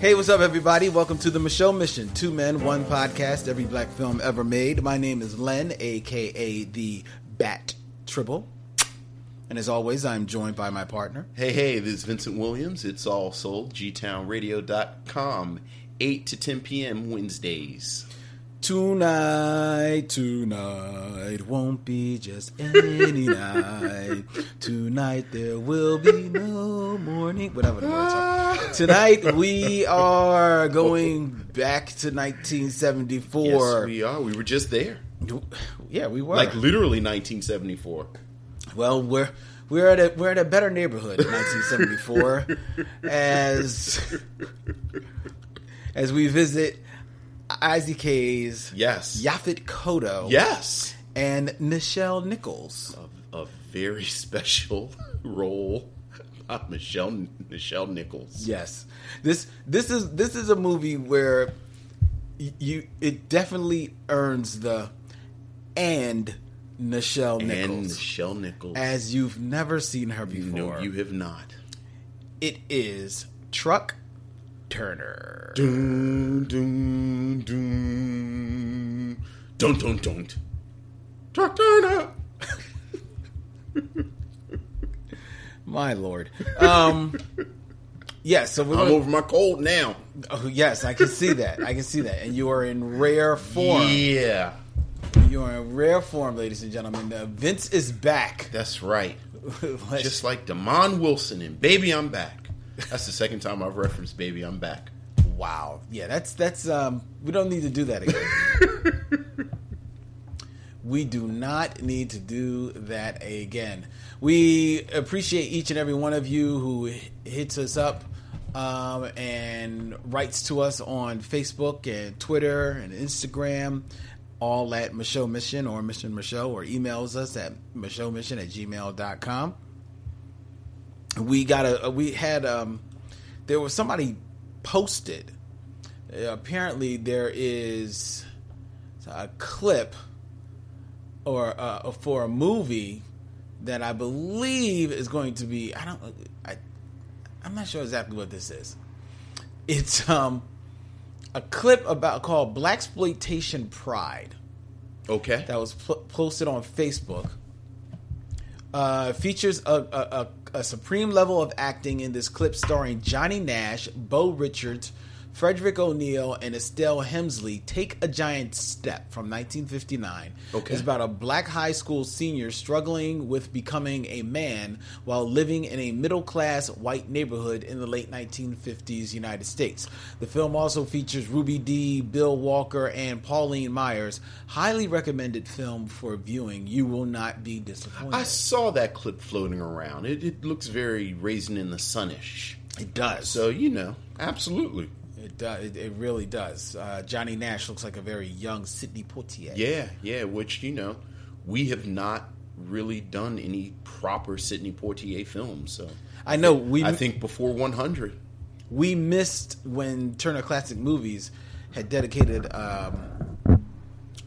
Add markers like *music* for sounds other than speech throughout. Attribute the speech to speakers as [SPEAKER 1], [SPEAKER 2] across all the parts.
[SPEAKER 1] Hey, what's up, everybody? Welcome to the Michelle Mission, two men, one podcast, every black film ever made. My name is Len, aka the Bat Tribble. And as always, I'm joined by my partner.
[SPEAKER 2] Hey, hey, this is Vincent Williams. It's all sold. GTownRadio.com, 8 to 10 p.m. Wednesdays.
[SPEAKER 1] Tonight, tonight won't be just any night. Tonight there will be no morning. Whatever the words
[SPEAKER 2] Ah.
[SPEAKER 1] are. Tonight we
[SPEAKER 2] *laughs* Oh.
[SPEAKER 1] are going back to 1974.
[SPEAKER 2] Yes, we are. We were just there.
[SPEAKER 1] yeah, we were.
[SPEAKER 2] Like literally 1974.
[SPEAKER 1] Well, we're we're at a we're at a better neighborhood in 1974 as as we visit Isaac Hayes,
[SPEAKER 2] Yes.
[SPEAKER 1] Yaphet Kodo,
[SPEAKER 2] Yes.
[SPEAKER 1] and Nichelle Nichols.
[SPEAKER 2] A, a very *laughs* special role by Michelle, Michelle Nichols.
[SPEAKER 1] Yes, this this is this is a movie where y- you it definitely earns the and Nichelle
[SPEAKER 2] And
[SPEAKER 1] Nichols
[SPEAKER 2] Michelle Nichols.
[SPEAKER 1] as you've never seen her before.
[SPEAKER 2] no, you have not.
[SPEAKER 1] it is Truck Turner.
[SPEAKER 2] Dun, dun, dun. Dun, dun, dun. Truck Turner.
[SPEAKER 1] My lord. Um *laughs* Yes, so we're
[SPEAKER 2] I'm
[SPEAKER 1] gonna-
[SPEAKER 2] over my cold now.
[SPEAKER 1] oh, yes, I can see that. I can see that. And you are in rare form.
[SPEAKER 2] Yeah,
[SPEAKER 1] You are in rare form, ladies and gentlemen. Uh, Vince is back. *laughs*
[SPEAKER 2] that's right.
[SPEAKER 1] Let's-
[SPEAKER 2] Just like Damon Wilson and Baby I'm Back. That's the second time I've referenced Baby I'm Back.
[SPEAKER 1] wow. Yeah, that's that's um we don't need to do that again. we do not need to do that again. We appreciate each and every one of you who h- hits us up um, and writes to us on Facebook and Twitter and Instagram, all at Michelle Mission or Mission Michelle, or emails us at Michelle Mission at gmail.com. We got a, we had, um, there was somebody posted. Uh, apparently, there is a clip or uh, for a movie that I believe is going to be I don't I I'm not sure exactly what this is. It's um a clip about called Black Exploitation Pride
[SPEAKER 2] Okay.
[SPEAKER 1] that was pl- posted on Facebook. Uh, features a, a, a, a supreme level of acting in this clip starring Johnny Nash, Bo Richards, Frederick O'Neill, and Estelle Hemsley. Take a Giant Step from 1959
[SPEAKER 2] Okay.
[SPEAKER 1] is about a black high school senior struggling with becoming a man while living in a middle class white neighborhood in the late 1950s United States. The film also features Ruby Dee, Bill Walker, and Pauline Myers. Highly recommended film for viewing. You will not be disappointed.
[SPEAKER 2] I saw that clip floating around. It, it looks very raisin in the sunish.
[SPEAKER 1] it does.
[SPEAKER 2] So you know, absolutely.
[SPEAKER 1] It does. It, it really does. Uh, Johnny Nash looks like a very young Sidney Poitier.
[SPEAKER 2] Yeah, yeah. Which you know, we have not really done any proper Sidney Poitier films. So
[SPEAKER 1] I know. We
[SPEAKER 2] I think before 100.
[SPEAKER 1] we missed when Turner Classic Movies had dedicated. Um,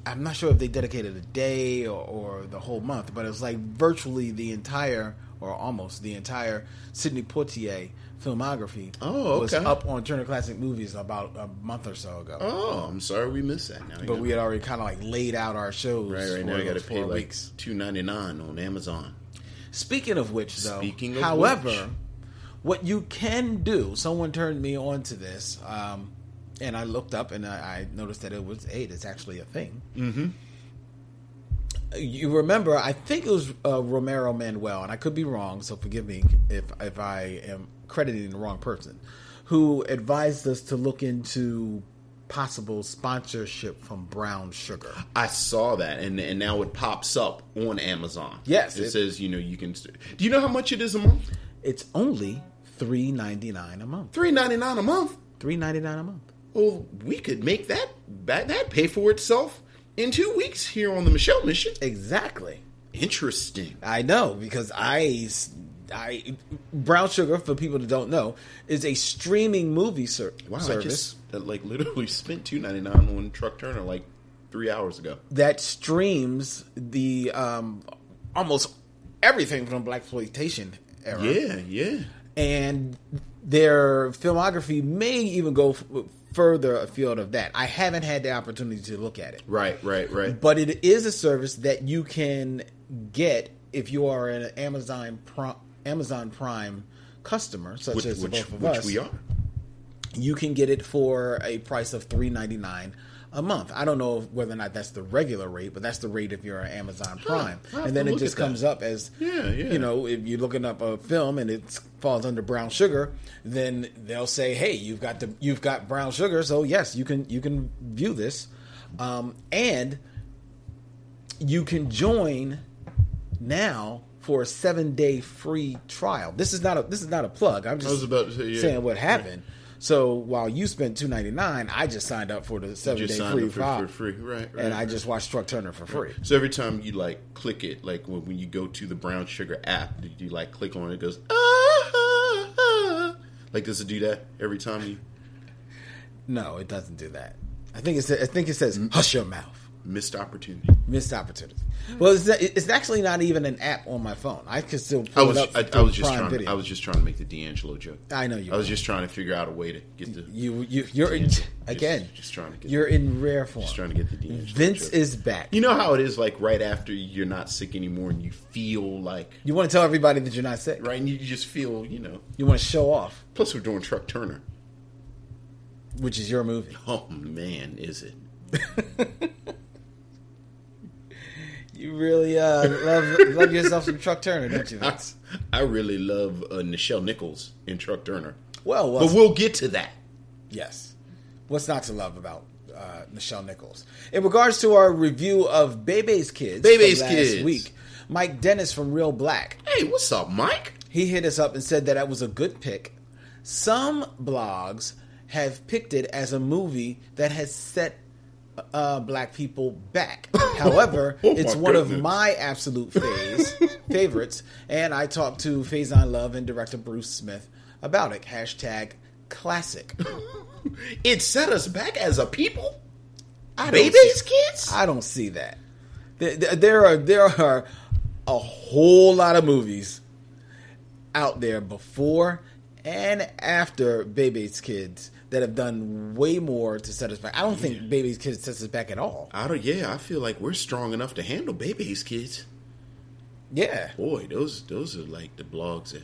[SPEAKER 1] I'm not sure if they dedicated a day or, or the whole month, but it was like virtually the entire, or almost the entire, Sidney Poitier filmography
[SPEAKER 2] Oh,
[SPEAKER 1] was
[SPEAKER 2] okay.
[SPEAKER 1] up on Turner Classic Movies about a month or so ago.
[SPEAKER 2] Oh, I'm sorry we missed that. Now, you
[SPEAKER 1] But
[SPEAKER 2] know.
[SPEAKER 1] we had already kind of like laid out our shows
[SPEAKER 2] right right now
[SPEAKER 1] for
[SPEAKER 2] I got to
[SPEAKER 1] those
[SPEAKER 2] pay
[SPEAKER 1] four
[SPEAKER 2] like
[SPEAKER 1] weeks.
[SPEAKER 2] two ninety nine on Amazon.
[SPEAKER 1] Speaking of which, though,
[SPEAKER 2] Speaking of
[SPEAKER 1] however,
[SPEAKER 2] which.
[SPEAKER 1] what you can do, someone turned me on to this, um, and I looked up and I, I noticed that it was hey, it's actually a thing. Mm-hmm. You remember? I think it was uh, Romero Manuel, and I could be wrong, so forgive me if if I am crediting the wrong person, who advised us to look into possible sponsorship from brown sugar.
[SPEAKER 2] I saw that, and and now it pops up on Amazon.
[SPEAKER 1] Yes,
[SPEAKER 2] it,
[SPEAKER 1] it-
[SPEAKER 2] says you know you can. st- Do you know how much it is a month?
[SPEAKER 1] It's only three ninety nine a month.
[SPEAKER 2] Three ninety nine a month.
[SPEAKER 1] Three ninety nine a month.
[SPEAKER 2] Well, we could make that that that pay for itself in two weeks here on the Michelle Mission.
[SPEAKER 1] Exactly.
[SPEAKER 2] Interesting.
[SPEAKER 1] I know because I, I brown sugar for people that don't know is a streaming movie ser-
[SPEAKER 2] Wow, I
[SPEAKER 1] service
[SPEAKER 2] just uh, like literally *laughs* spent two ninety nine on Truck Turner like three hours ago.
[SPEAKER 1] that streams the um, almost everything from black exploitation era.
[SPEAKER 2] Yeah, yeah.
[SPEAKER 1] and their filmography may even go f- further afield of that. I haven't had the opportunity to look at it,
[SPEAKER 2] Right, right, right.
[SPEAKER 1] but it is a service that you can get if you are an Amazon Prime, Amazon Prime customer, such
[SPEAKER 2] which
[SPEAKER 1] as the
[SPEAKER 2] which,
[SPEAKER 1] both of
[SPEAKER 2] which
[SPEAKER 1] us.
[SPEAKER 2] we are.
[SPEAKER 1] You can get it for a price of three ninety nine a month. I don't know whether or not that's the regular rate, but that's the rate if you're an Amazon Prime,
[SPEAKER 2] I'll have
[SPEAKER 1] and then
[SPEAKER 2] to
[SPEAKER 1] it
[SPEAKER 2] look
[SPEAKER 1] just
[SPEAKER 2] at that.
[SPEAKER 1] comes up as
[SPEAKER 2] Yeah, yeah.
[SPEAKER 1] you know if you're looking up a film and it falls under brown sugar, then they'll say, hey, you've got the you've got brown sugar, so yes, you can you can view this, um, and you can join now for a seven day free trial. This is not a this is not a plug. I'm just
[SPEAKER 2] was about to say, yeah.
[SPEAKER 1] saying what happened. So while you spent two ninety nine, I just signed up for the seven
[SPEAKER 2] Just
[SPEAKER 1] day
[SPEAKER 2] signed
[SPEAKER 1] free
[SPEAKER 2] up
[SPEAKER 1] trial,
[SPEAKER 2] for, for free, right? right
[SPEAKER 1] and I
[SPEAKER 2] right.
[SPEAKER 1] just watched Truck Turner for free.
[SPEAKER 2] So every time you like click it, like when, when you go to the brown sugar app, you, you like click on it, it goes ah, ah, ah. like does it do that every time you
[SPEAKER 1] No, it doesn't do that. I think it says, I think it
[SPEAKER 2] Mm-hmm.
[SPEAKER 1] says hush your mouth.
[SPEAKER 2] missed opportunity?
[SPEAKER 1] Missed opportunity. Well, it's, it's actually not even an app on my phone. I could still.
[SPEAKER 2] I
[SPEAKER 1] Pull
[SPEAKER 2] was
[SPEAKER 1] it up
[SPEAKER 2] I, I
[SPEAKER 1] through
[SPEAKER 2] was just
[SPEAKER 1] Prime
[SPEAKER 2] trying
[SPEAKER 1] Video.
[SPEAKER 2] I was just trying to make the D'Angelo joke.
[SPEAKER 1] I know you
[SPEAKER 2] I was
[SPEAKER 1] were.
[SPEAKER 2] just trying to figure out a way to get the
[SPEAKER 1] you you you're in,
[SPEAKER 2] D'Angelo.
[SPEAKER 1] again.
[SPEAKER 2] Just- just trying to get-
[SPEAKER 1] you're in rare form.
[SPEAKER 2] just trying to get the D'Angelo.
[SPEAKER 1] Vince
[SPEAKER 2] joke.
[SPEAKER 1] is back.
[SPEAKER 2] You know how it is like right after you're not sick anymore and you feel like
[SPEAKER 1] You want to tell everybody that you're not sick.
[SPEAKER 2] right and you just feel you know.
[SPEAKER 1] You want to show off,
[SPEAKER 2] Plus we're doing Truck Turner.
[SPEAKER 1] which is your
[SPEAKER 2] *laughs*
[SPEAKER 1] movie.
[SPEAKER 2] Oh man, is it?
[SPEAKER 1] You really uh, love love yourself some Chuck Turner, don't you,
[SPEAKER 2] I, *laughs*
[SPEAKER 1] Vince?
[SPEAKER 2] I really love uh, Nichelle Nichols in Truck Turner.
[SPEAKER 1] Well,
[SPEAKER 2] But
[SPEAKER 1] what's,
[SPEAKER 2] we'll get to that.
[SPEAKER 1] yes. What's not to love about uh, Michelle Nichols? In regards to our review of Bebe's Kids,
[SPEAKER 2] Bebe's
[SPEAKER 1] from
[SPEAKER 2] Kids.
[SPEAKER 1] week, Mike Dennis from Real Black,
[SPEAKER 2] Hey, what's up, Mike?
[SPEAKER 1] he hit us up and said that that was a good pick. Some blogs have picked it as a movie that has set uh, black people
[SPEAKER 2] *laughs*
[SPEAKER 1] back. However,
[SPEAKER 2] Oh my
[SPEAKER 1] it's one of
[SPEAKER 2] goodness.
[SPEAKER 1] my absolute
[SPEAKER 2] *laughs*
[SPEAKER 1] faves, favorites, and I talked to Faison Love and director Bruce Smith about it. Hashtag classic.
[SPEAKER 2] It set us back as a people?
[SPEAKER 1] I don't
[SPEAKER 2] Baby's
[SPEAKER 1] see-
[SPEAKER 2] kids?
[SPEAKER 1] I don't see that. There, there- there are there are a whole lot of movies out there before and after Baby's Kids that have done way more to set us back. I don't think Baby's Kids sets us back at all.
[SPEAKER 2] I don't yeah, I feel like we're strong enough to handle baby's kids.
[SPEAKER 1] Yeah,
[SPEAKER 2] Boy, those those are like the blogs that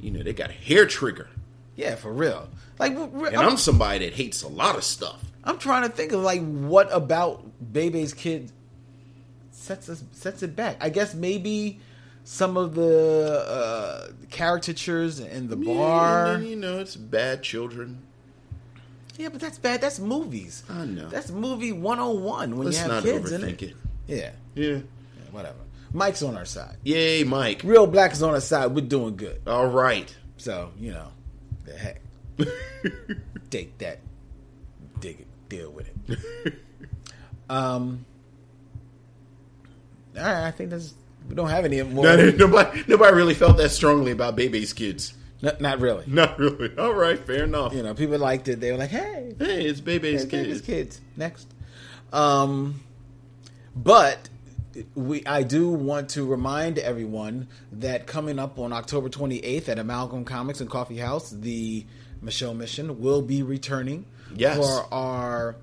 [SPEAKER 2] you know, they got a hair trigger.
[SPEAKER 1] yeah, for real. Like we're- we're-
[SPEAKER 2] And
[SPEAKER 1] I'm,
[SPEAKER 2] I'm somebody that hates a lot of stuff.
[SPEAKER 1] I'm trying to think of like what about Baby's Kids sets us sets it back. I guess maybe. Some of the uh, caricatures in the bar.
[SPEAKER 2] Yeah, and then, you know, it's bad children.
[SPEAKER 1] Yeah, but that's bad. That's movies.
[SPEAKER 2] I know.
[SPEAKER 1] That's movie 101 when
[SPEAKER 2] Let's
[SPEAKER 1] you have
[SPEAKER 2] not
[SPEAKER 1] kids in it.
[SPEAKER 2] overthink it.
[SPEAKER 1] Yeah.
[SPEAKER 2] Yeah.
[SPEAKER 1] yeah, whatever. Mike's on our side.
[SPEAKER 2] Yay, Mike.
[SPEAKER 1] Real Black is on our side. We're doing good.
[SPEAKER 2] All right.
[SPEAKER 1] So, you know, the
[SPEAKER 2] *laughs*
[SPEAKER 1] heck. Take that. Dig it. Deal with it.
[SPEAKER 2] *laughs*
[SPEAKER 1] um. All right, I think that's. We don't have any more.
[SPEAKER 2] No, no, nobody, nobody really felt that strongly about Bebe's kids.
[SPEAKER 1] No, not really.
[SPEAKER 2] *laughs* Not really. All right, fair enough.
[SPEAKER 1] You know, people liked it. They were like, hey,
[SPEAKER 2] Hey, it's Bebe's
[SPEAKER 1] Yeah,
[SPEAKER 2] kids.
[SPEAKER 1] Baby's kids. Next. Um, but we, I do want to remind everyone that coming up on October 28th at Amalgam Comics and Coffee House, the Michelle Mission will be returning
[SPEAKER 2] Yes.
[SPEAKER 1] for our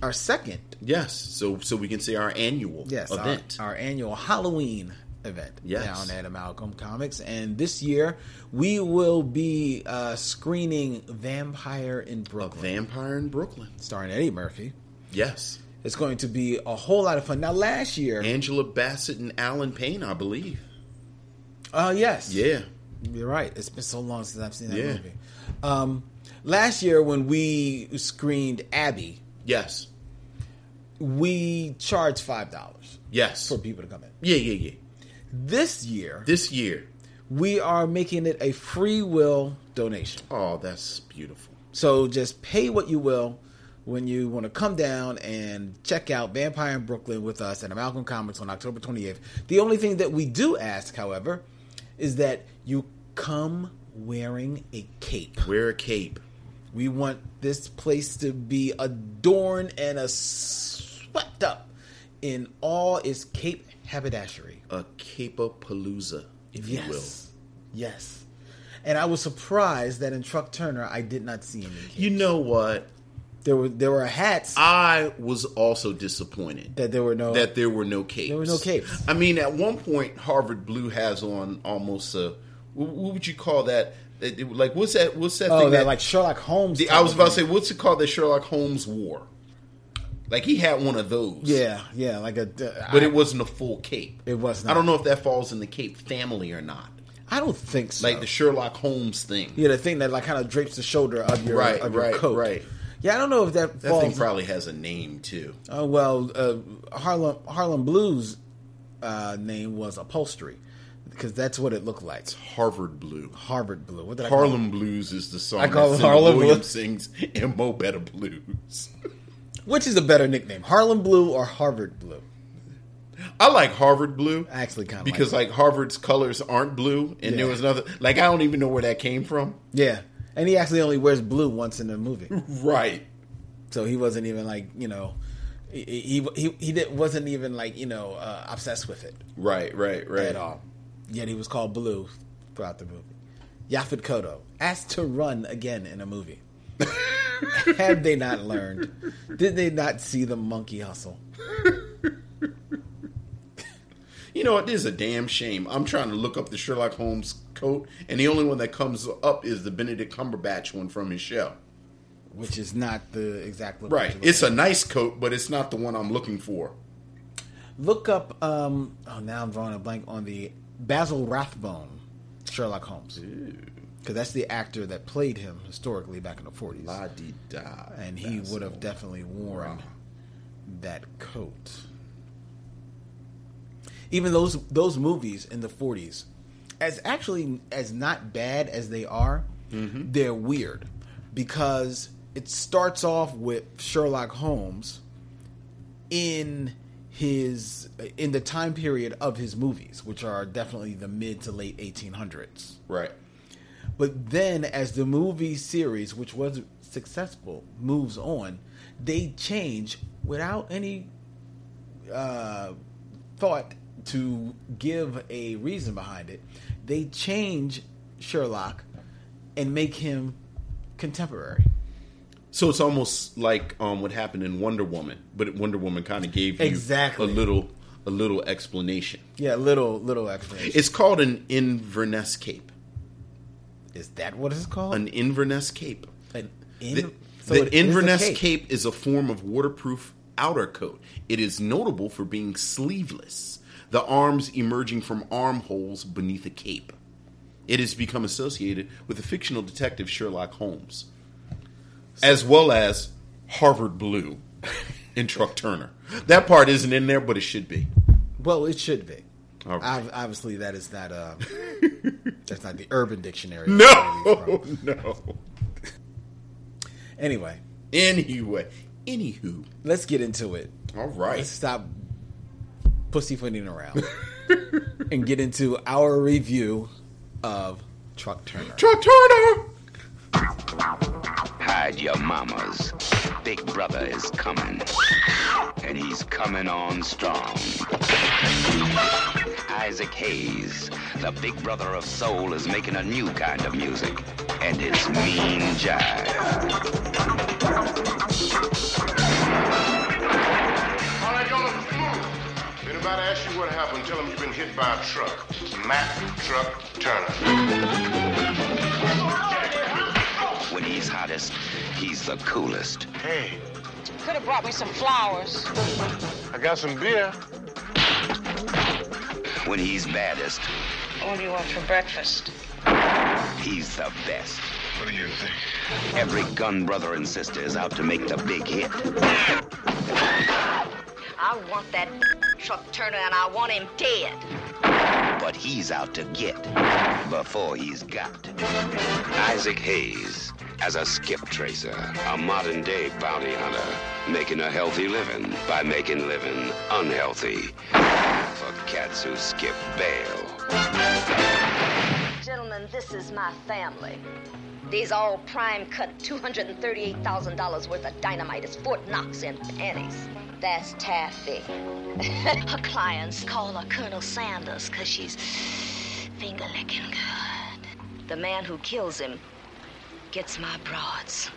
[SPEAKER 1] our second
[SPEAKER 2] Yes, so so we can say our annual
[SPEAKER 1] yes our-
[SPEAKER 2] event.
[SPEAKER 1] Our, annual Halloween event
[SPEAKER 2] Yes.
[SPEAKER 1] down at Amalgam Comics, and this year we will be uh, screening Vampire in
[SPEAKER 2] a
[SPEAKER 1] Brooklyn,
[SPEAKER 2] vampire in Brooklyn.
[SPEAKER 1] starring Eddie Murphy.
[SPEAKER 2] Yes,
[SPEAKER 1] It's going to be a whole lot of fun. Now, last year,
[SPEAKER 2] Angela Bassett and Alan Payne, I believe.
[SPEAKER 1] oh yes,
[SPEAKER 2] Yeah,
[SPEAKER 1] you're right. It's been so long since I've seen that
[SPEAKER 2] Yeah.
[SPEAKER 1] movie. Um, last year when we screened Abby,
[SPEAKER 2] Yes.
[SPEAKER 1] we charged five dollars
[SPEAKER 2] Yes.
[SPEAKER 1] for people to come in.
[SPEAKER 2] Yeah, yeah, yeah.
[SPEAKER 1] This year,
[SPEAKER 2] This year.
[SPEAKER 1] we are making it a free will donation.
[SPEAKER 2] Oh, that's beautiful.
[SPEAKER 1] So just pay what you will when you want to come down and check out Vampire in Brooklyn with us at Amalgam Comics on October 28th. The only thing that we do ask, however, is that you come wearing a cape.
[SPEAKER 2] Wear a cape.
[SPEAKER 1] We want this place to be adorned and a swept up in all its cape haberdashery.
[SPEAKER 2] A caper palooza, if you will.
[SPEAKER 1] Yes. And I was surprised that in Truck Turner I did not see any capes.
[SPEAKER 2] You know what?
[SPEAKER 1] There were there were hats
[SPEAKER 2] I was also disappointed
[SPEAKER 1] that there were no
[SPEAKER 2] that there were no capes.
[SPEAKER 1] There were no capes.
[SPEAKER 2] I mean, at one point, Harvard Blue has on almost a what what would you call that? It- it- Like what's that? What's that
[SPEAKER 1] Oh,
[SPEAKER 2] thing
[SPEAKER 1] that, like Sherlock Holmes.
[SPEAKER 2] The-
[SPEAKER 1] type
[SPEAKER 2] I was
[SPEAKER 1] of
[SPEAKER 2] about to say,
[SPEAKER 1] thing.
[SPEAKER 2] what's it called that Sherlock Holmes wore? Like he had one of those.
[SPEAKER 1] Yeah, yeah, like a.
[SPEAKER 2] But
[SPEAKER 1] I,
[SPEAKER 2] it wasn't a full cape.
[SPEAKER 1] It was
[SPEAKER 2] I
[SPEAKER 1] not.
[SPEAKER 2] don't know if that falls in the cape family or not.
[SPEAKER 1] I don't think so.
[SPEAKER 2] Like the Sherlock Holmes thing.
[SPEAKER 1] yeah, the thing that like kind of drapes the shoulder of your
[SPEAKER 2] Right,
[SPEAKER 1] of your
[SPEAKER 2] right,
[SPEAKER 1] coat.
[SPEAKER 2] right.
[SPEAKER 1] Yeah, I don't know if that,
[SPEAKER 2] That thing
[SPEAKER 1] falls.
[SPEAKER 2] probably has a name too.
[SPEAKER 1] oh well, uh, Harlem Harlem Blues uh, name was upholstery because that's what it looked like.
[SPEAKER 2] Harvard Blue.
[SPEAKER 1] Harvard Blue. What did I call it?
[SPEAKER 2] Harlem Blues is the song
[SPEAKER 1] I call
[SPEAKER 2] that
[SPEAKER 1] it
[SPEAKER 2] Cindy
[SPEAKER 1] Harlem
[SPEAKER 2] Williams
[SPEAKER 1] Blues.
[SPEAKER 2] sings in Mo Better Blues.
[SPEAKER 1] Which is a better nickname, Harlem Blue or Harvard Blue?
[SPEAKER 2] I like Harvard Blue
[SPEAKER 1] I actually kind of
[SPEAKER 2] because like Harvard's colors aren't blue, and there
[SPEAKER 1] Yeah.
[SPEAKER 2] was another like I don't even know where that came from.
[SPEAKER 1] yeah, and he actually only wears blue once in the movie.
[SPEAKER 2] Right.
[SPEAKER 1] So he wasn't even like you know, he he he, he did, wasn't even like you know uh, obsessed with it
[SPEAKER 2] Right, right, right.
[SPEAKER 1] at all. Yet he was called Blue throughout the movie. Yaphet Koto asked to run again in a
[SPEAKER 2] *laughs*
[SPEAKER 1] movie. Had they not learned? Did they not see the monkey hustle?
[SPEAKER 2] You know, it is a damn shame. I'm trying to look up the Sherlock Holmes coat, and the only one that comes up is the Benedict Cumberbatch one from his show.
[SPEAKER 1] Which is not the exact look.
[SPEAKER 2] Right.
[SPEAKER 1] It's
[SPEAKER 2] It's a nice coat, but it's not the one I'm looking for.
[SPEAKER 1] look up. Um, oh, now I'm drawing a blank on the Basil Rathbone Sherlock Holmes because that's the actor that played him historically back in the 40s.
[SPEAKER 2] di da.
[SPEAKER 1] and he would have definitely worn that coat. Even those those movies in the '40s, as actually as not bad as they are, they're weird because it starts off with Sherlock Holmes in his in the time period of his movies, which are definitely the mid to late 1800s.
[SPEAKER 2] Right.
[SPEAKER 1] But then, as the movie series, which was successful, moves on, they change without any uh, thought to give a reason behind it. They change Sherlock and make him contemporary.
[SPEAKER 2] So it's almost like um, what happened in Wonder Woman, but Wonder Woman kind of gave you
[SPEAKER 1] Exactly.
[SPEAKER 2] a little a little explanation.
[SPEAKER 1] Yeah, little little explanation.
[SPEAKER 2] It's called an Inverness cape.
[SPEAKER 1] Is that what it's called?
[SPEAKER 2] An Inverness cape.
[SPEAKER 1] An
[SPEAKER 2] The,
[SPEAKER 1] in- so
[SPEAKER 2] the
[SPEAKER 1] it is a
[SPEAKER 2] Inverness cape. is a form of waterproof outer coat. It is notable for being sleeveless, the arms emerging from armholes beneath a cape. It has become associated with the fictional detective Sherlock Holmes, as well as Harvard Blue *laughs* in Truck Turner. That part isn't in there, but it should be. *laughs*
[SPEAKER 1] Well, it should be.
[SPEAKER 2] All right.
[SPEAKER 1] Ob- Obviously, that is not
[SPEAKER 2] *laughs*
[SPEAKER 1] uh, that's not the Urban Dictionary.
[SPEAKER 2] No, no.
[SPEAKER 1] Anyway,
[SPEAKER 2] Anyway, anywho,
[SPEAKER 1] let's get into it.
[SPEAKER 2] all right.
[SPEAKER 1] Let's stop pussyfooting
[SPEAKER 2] *laughs*
[SPEAKER 1] around and get into our review of Truck Turner.
[SPEAKER 2] Truck Turner.
[SPEAKER 3] Hide your mamas. Big brother is coming. And he's coming on strong. Isaac Hayes, the big brother of soul, is making a new kind of music. And it's mean jive.
[SPEAKER 4] All right, y'all, let's move. If anybody asks you what happened, tell them you've been hit by a truck. Matt Truck Turner.
[SPEAKER 3] When he's hottest, he's the coolest.
[SPEAKER 4] Hey,
[SPEAKER 5] Could have brought me some flowers.
[SPEAKER 4] I got some beer.
[SPEAKER 3] When he's baddest,
[SPEAKER 5] What do you want for breakfast?
[SPEAKER 3] he's the best.
[SPEAKER 4] What do you think?
[SPEAKER 3] Every gun brother and sister is out to make the big hit.
[SPEAKER 6] I want that truck Turner and I want him dead.
[SPEAKER 3] But he's out to get before he's got. Isaac Hayes as a skip tracer, a modern day bounty hunter, making a healthy living by making living unhealthy for cats who skip bail.
[SPEAKER 6] Gentlemen, this is my family. These all prime cut $238,000 worth of dynamite is Fort Knox in pennies. That's Taffy. *laughs* her clients call her Colonel Sanders because she's finger licking good. The man who kills him gets my broads.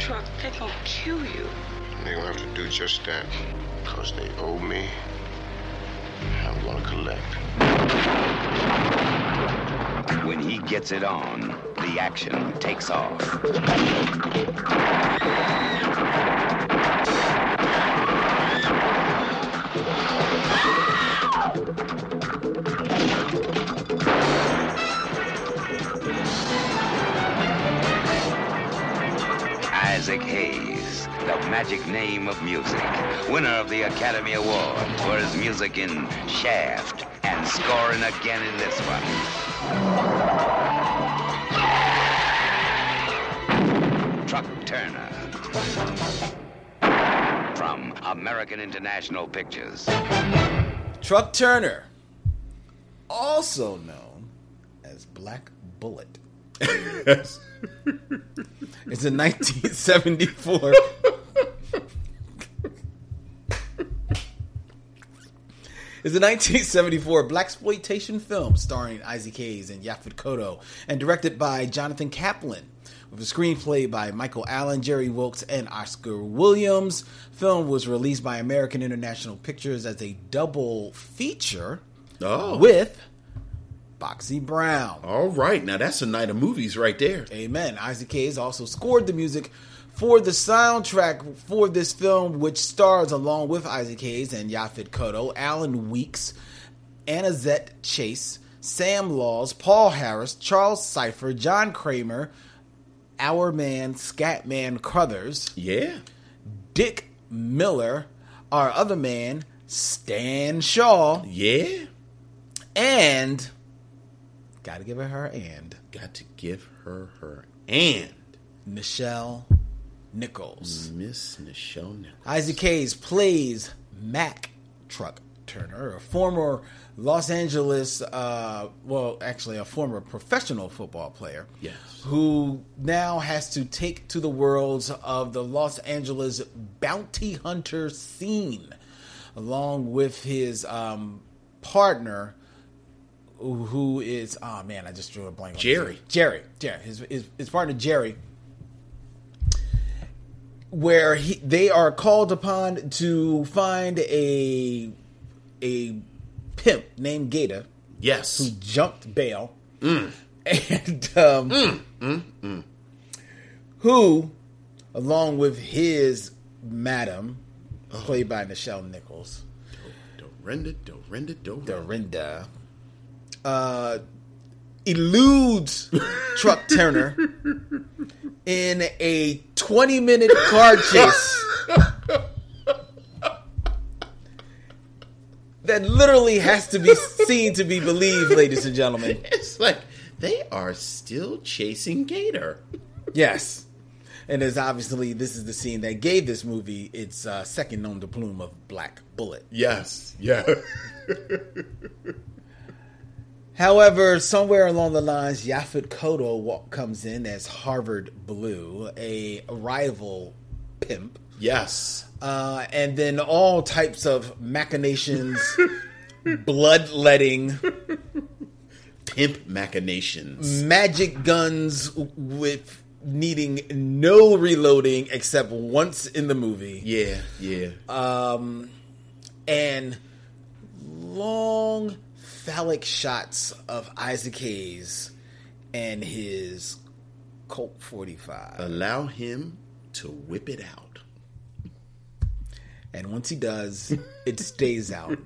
[SPEAKER 5] Truck, they gonna kill you.
[SPEAKER 4] They're gonna have to do just that. Because they owe me. I'm gonna collect.
[SPEAKER 3] When he gets it on, the action takes off. Isaac Hayes, the magic name of music, winner of the Academy Award for his music in Shaft and scoring again in this one. Truck Turner. From American International Pictures.
[SPEAKER 1] Truck Turner, also known as Black Bullet, is a 1974 is a 1974 black exploitation film starring Isaac Hayes and Yaphet Kotto and directed by Jonathan Kaplan. With a screenplay by Michael Allen, Jerry Wilkes, and Oscar Williams, film was released by American International Pictures as a double feature
[SPEAKER 2] Oh.
[SPEAKER 1] with Boxy Brown.
[SPEAKER 2] All right, now that's a night of movies right there.
[SPEAKER 1] Amen. Isaac Hayes also scored the music for the soundtrack for this film, which stars along with Isaac Hayes and Yaphet Kotto, Alan Weeks, Annazette Chase, Sam Laws, Paul Harris, Charles Cypher, John Kramer, Our Man, Scatman Crothers,
[SPEAKER 2] Yeah.
[SPEAKER 1] Dick Miller, our other man, Stan Shaw,
[SPEAKER 2] Yeah.
[SPEAKER 1] and gotta give it her and
[SPEAKER 2] Got to give her her and
[SPEAKER 1] Michelle Nichols.
[SPEAKER 2] Miss Michelle Nichols.
[SPEAKER 1] Isaac Hayes plays Mac Truck Turner, a former Los Angeles, uh, well, actually, a former professional football player.
[SPEAKER 2] Yes.
[SPEAKER 1] Who now has to take to the worlds of the Los Angeles bounty hunter scene, along with his um, partner, who- who is, oh man, I just drew a blank on his
[SPEAKER 2] Jerry.
[SPEAKER 1] name. Jerry. Jerry. His, his, his partner, Jerry where he, they are called upon to find a a pimp named Gator
[SPEAKER 2] Yes.
[SPEAKER 1] jumped bail and um, who along with his madam played by Nichelle Nichols
[SPEAKER 2] Dorinda, Dorinda, Dorinda.
[SPEAKER 1] Dorinda uh, eludes Truck Turner in a 20 minute car chase that literally has to be seen to be believed, ladies and gentlemen.
[SPEAKER 2] It's like they are still chasing Gator.
[SPEAKER 1] Yes. And there's obviously this is the scene that gave this movie its uh, second nom de plume of Black Bullet.
[SPEAKER 2] Yes. Yeah.
[SPEAKER 1] However, somewhere along the lines, Yaphet Kotto wa- comes in as Harvard Blue, a rival pimp,
[SPEAKER 2] yes.
[SPEAKER 1] uh, and then all types of machinations, bloodletting,
[SPEAKER 2] Pimp machinations.
[SPEAKER 1] magic guns with needing no reloading except once in the movie,
[SPEAKER 2] Yeah. Yeah.
[SPEAKER 1] and long phallic shots of Isaac Hayes and his Colt 45.
[SPEAKER 2] Allow him to whip it out.
[SPEAKER 1] And once he does, it stays out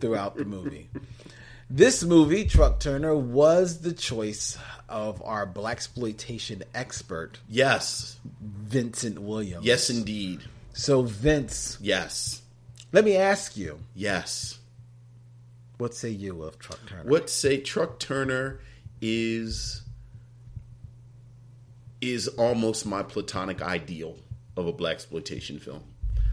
[SPEAKER 1] throughout the movie. This movie, Truck Turner, was the choice of our black exploitation expert,
[SPEAKER 2] Yes.
[SPEAKER 1] Vincent Williams.
[SPEAKER 2] Yes, indeed.
[SPEAKER 1] So, Vince,
[SPEAKER 2] Yes.
[SPEAKER 1] let me ask you,
[SPEAKER 2] Yes.
[SPEAKER 1] what say you of Truck Turner?
[SPEAKER 2] What say Truck Turner is is almost my platonic ideal of a black exploitation film.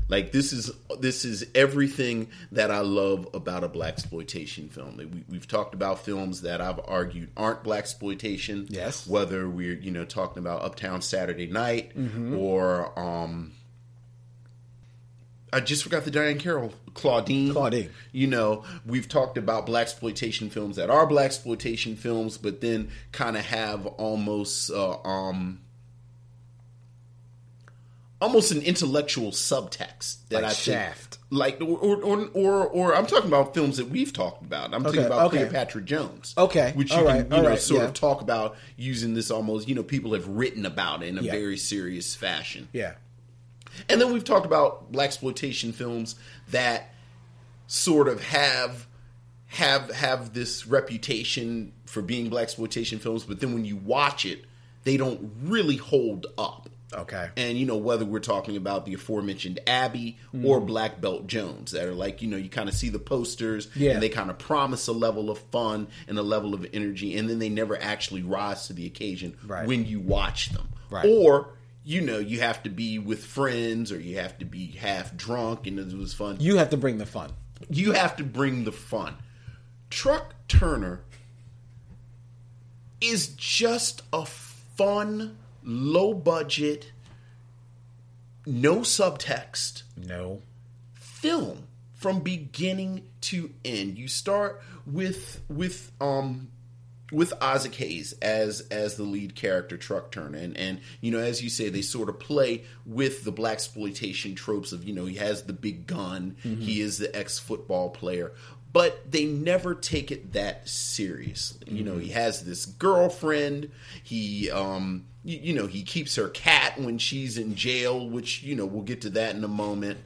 [SPEAKER 2] Like this is this is everything that I love about a black exploitation film. We, we've talked about films that I've argued aren't black exploitation.
[SPEAKER 1] Yes.
[SPEAKER 2] whether we're you know talking about Uptown Saturday Night
[SPEAKER 1] Mm-hmm.
[SPEAKER 2] or um, I just forgot the Diane Carroll Claudine.
[SPEAKER 1] Claudine.
[SPEAKER 2] You know, we've talked about black exploitation films that are black exploitation films, but then kind of have almost uh, um almost an intellectual subtext that
[SPEAKER 1] Like
[SPEAKER 2] I think-
[SPEAKER 1] Shaft.
[SPEAKER 2] like or or, or or or I'm talking about films that we've talked about. I'm
[SPEAKER 1] Okay,
[SPEAKER 2] thinking about
[SPEAKER 1] okay.
[SPEAKER 2] Cleopatra Jones.
[SPEAKER 1] Okay,
[SPEAKER 2] which you
[SPEAKER 1] all
[SPEAKER 2] can
[SPEAKER 1] right,
[SPEAKER 2] you
[SPEAKER 1] all
[SPEAKER 2] know
[SPEAKER 1] right,
[SPEAKER 2] sort
[SPEAKER 1] yeah.
[SPEAKER 2] of talk about using this almost you know people have written about it in a
[SPEAKER 1] Yeah.
[SPEAKER 2] very serious fashion.
[SPEAKER 1] yeah.
[SPEAKER 2] And then we've talked about black exploitation films that sort of have have have this reputation for being black exploitation films, but then when you watch it, they don't really hold up.
[SPEAKER 1] Okay.
[SPEAKER 2] And you know whether we're talking about the aforementioned Abby
[SPEAKER 1] Mm-hmm.
[SPEAKER 2] or Black Belt Jones that are like you know you kind of see the posters
[SPEAKER 1] Yeah.
[SPEAKER 2] and they kind of promise a level of fun and a level of energy and then they never actually rise to the occasion
[SPEAKER 1] Right.
[SPEAKER 2] when you watch them
[SPEAKER 1] Right.
[SPEAKER 2] or you know you have to be with friends or you have to be half drunk and it was fun
[SPEAKER 1] You have to bring the fun.
[SPEAKER 2] you have to bring the fun. Truck Turner is just a fun, low budget, no subtext
[SPEAKER 1] No.
[SPEAKER 2] film from beginning to end. You start with with um with Isaac Hayes as as the lead character, Truck Turner, and and you know as you say, they sort of play with the black exploitation tropes of you know he has the big gun, he is the ex football player, but they never take it that seriously. You know he has this girlfriend, he um you, you know he keeps her cat when she's in jail, which you know we'll get to that in a moment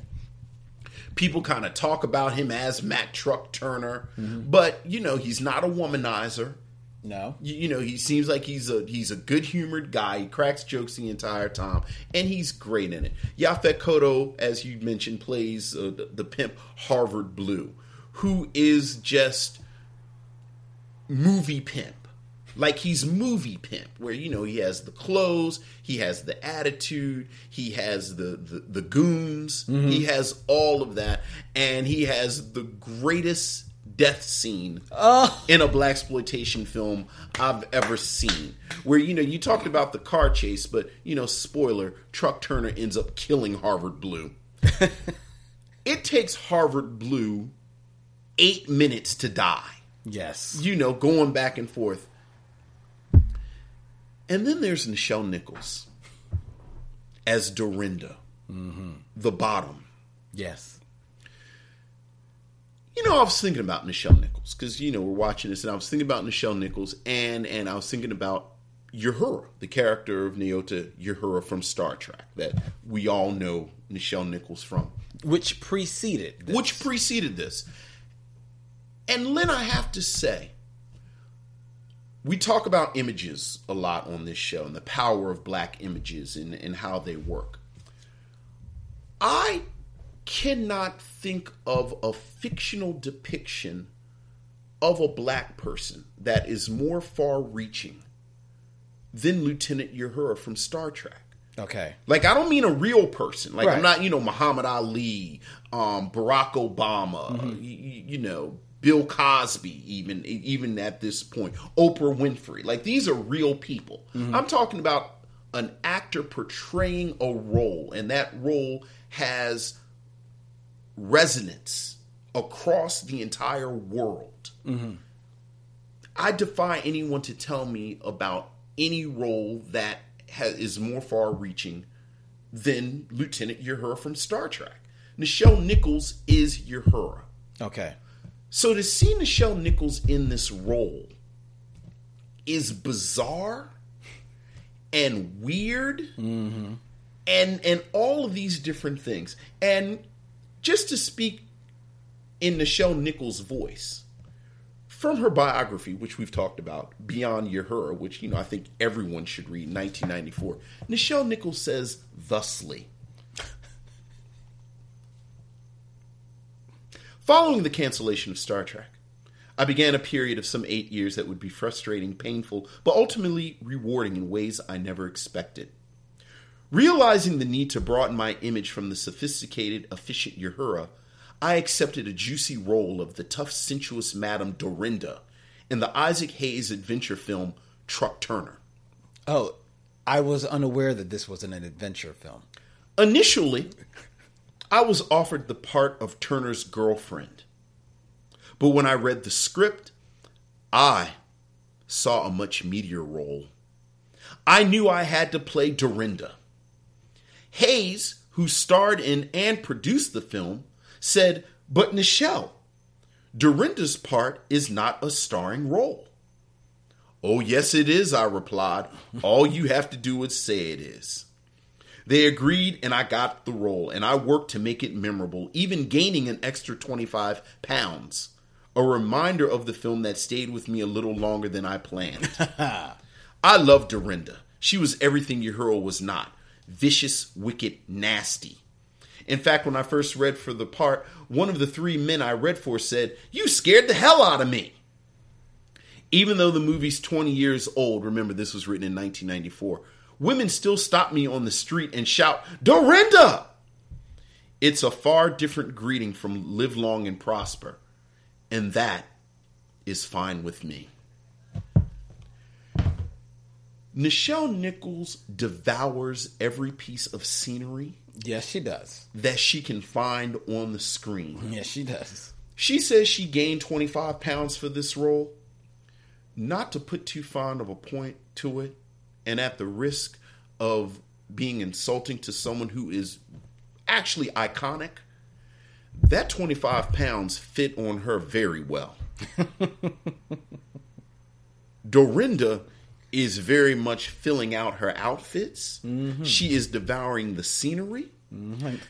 [SPEAKER 2] people kind of talk about him as Matt Truck Turner, but you know he's not a womanizer.
[SPEAKER 1] No.
[SPEAKER 2] You, you know he seems like he's a he's a good humored guy. He cracks jokes the entire time, and he's great in it. Yafet Koto, as you mentioned, plays uh, the, the pimp Harvard Blue, who is just movie pimp. Like he's movie pimp, where you know he has the clothes, he has the attitude, he has the the, the goons, he has all of that, and he has the greatest death scene in a black exploitation film I've ever seen. Where you know you talked about the car chase, but you know spoiler: Truck Turner ends up killing Harvard Blue. it takes Harvard Blue eight minutes to die
[SPEAKER 1] Yes.
[SPEAKER 2] you know, going back and forth. And then there's Nichelle Nichols as Dorinda, the bottom.
[SPEAKER 1] Yes.
[SPEAKER 2] You know, I was thinking about Nichelle Nichols because you know we're watching this, and I was thinking about Nichelle Nichols, and and I was thinking about Uhura, the character of Neota Uhura from Star Trek that we all know Nichelle Nichols from.
[SPEAKER 1] Which preceded this.
[SPEAKER 2] which preceded this. And Lynn, I have to say, we talk about images a lot on this show and the power of black images and, and how they work. I cannot think of a fictional depiction of a black person that is more far reaching than Lieutenant Uhura from Star Trek.
[SPEAKER 1] Okay.
[SPEAKER 2] Like I don't mean a real person. Like
[SPEAKER 1] Right.
[SPEAKER 2] I'm not, you know, Muhammad Ali, um, Barack Obama, uh, y- y- you know, Bill Cosby, even e-, even at this point, Oprah Winfrey. Like these are real people. I'm talking about an actor portraying a role, and that role has resonance across the entire world. I defy anyone to tell me about any role that ha- is more far reaching than Lieutenant Uhura from Star Trek. Nichelle Nichols is Uhura.
[SPEAKER 1] Okay.
[SPEAKER 2] So to see Nichelle Nichols in this role is bizarre and weird and and all of these different things. And just to speak in Nichelle Nichols' voice, From her biography, which we've talked about, Beyond Yahura, which you know I think everyone should read, 1994, Nichelle Nichols says thusly. Following the cancellation of Star Trek, I began a period of some eight years that would be frustrating, painful, but ultimately rewarding in ways I never expected. Realizing the need to broaden my image from the sophisticated, efficient Uhura, I accepted a juicy role of the tough, sensuous Madame Dorinda in the Isaac Hayes adventure film Truck Turner.
[SPEAKER 1] Oh, I was unaware that this was an adventure film.
[SPEAKER 2] Initially, I was offered the part of Turner's girlfriend. But when I read the script, I saw a much meatier role. I knew I had to play Dorinda. Hayes, who starred in and produced the film, said, But Nichelle, Dorinda's part is not a starring role. Oh, yes, it is, I replied. All you have to do is say it is. They agreed, and I got the role, and I worked to make it memorable, even gaining an extra 25 pounds. A reminder of the film that stayed with me a little longer than I planned. I loved Dorinda. She was everything Uhura was not vicious, wicked, nasty. In fact, when I first read for the part, one of the three men I read for said, You scared the hell out of me. Even though the movie's 20 years old, remember this was written in 1994, women still stop me on the street and shout, Dorinda! It's a far different greeting from live long and prosper. And that is fine with me. Nichelle Nichols devours every piece of scenery
[SPEAKER 1] Yes, she does.
[SPEAKER 2] that she can find on the screen.
[SPEAKER 1] Yes, she does.
[SPEAKER 2] She says she gained 25 pounds for this role. Not to put too fond of a point to it, and at the risk of being insulting to someone who is actually iconic, that 25 pounds fit on her very well. Dorinda is very much filling out her outfits. She is devouring the scenery.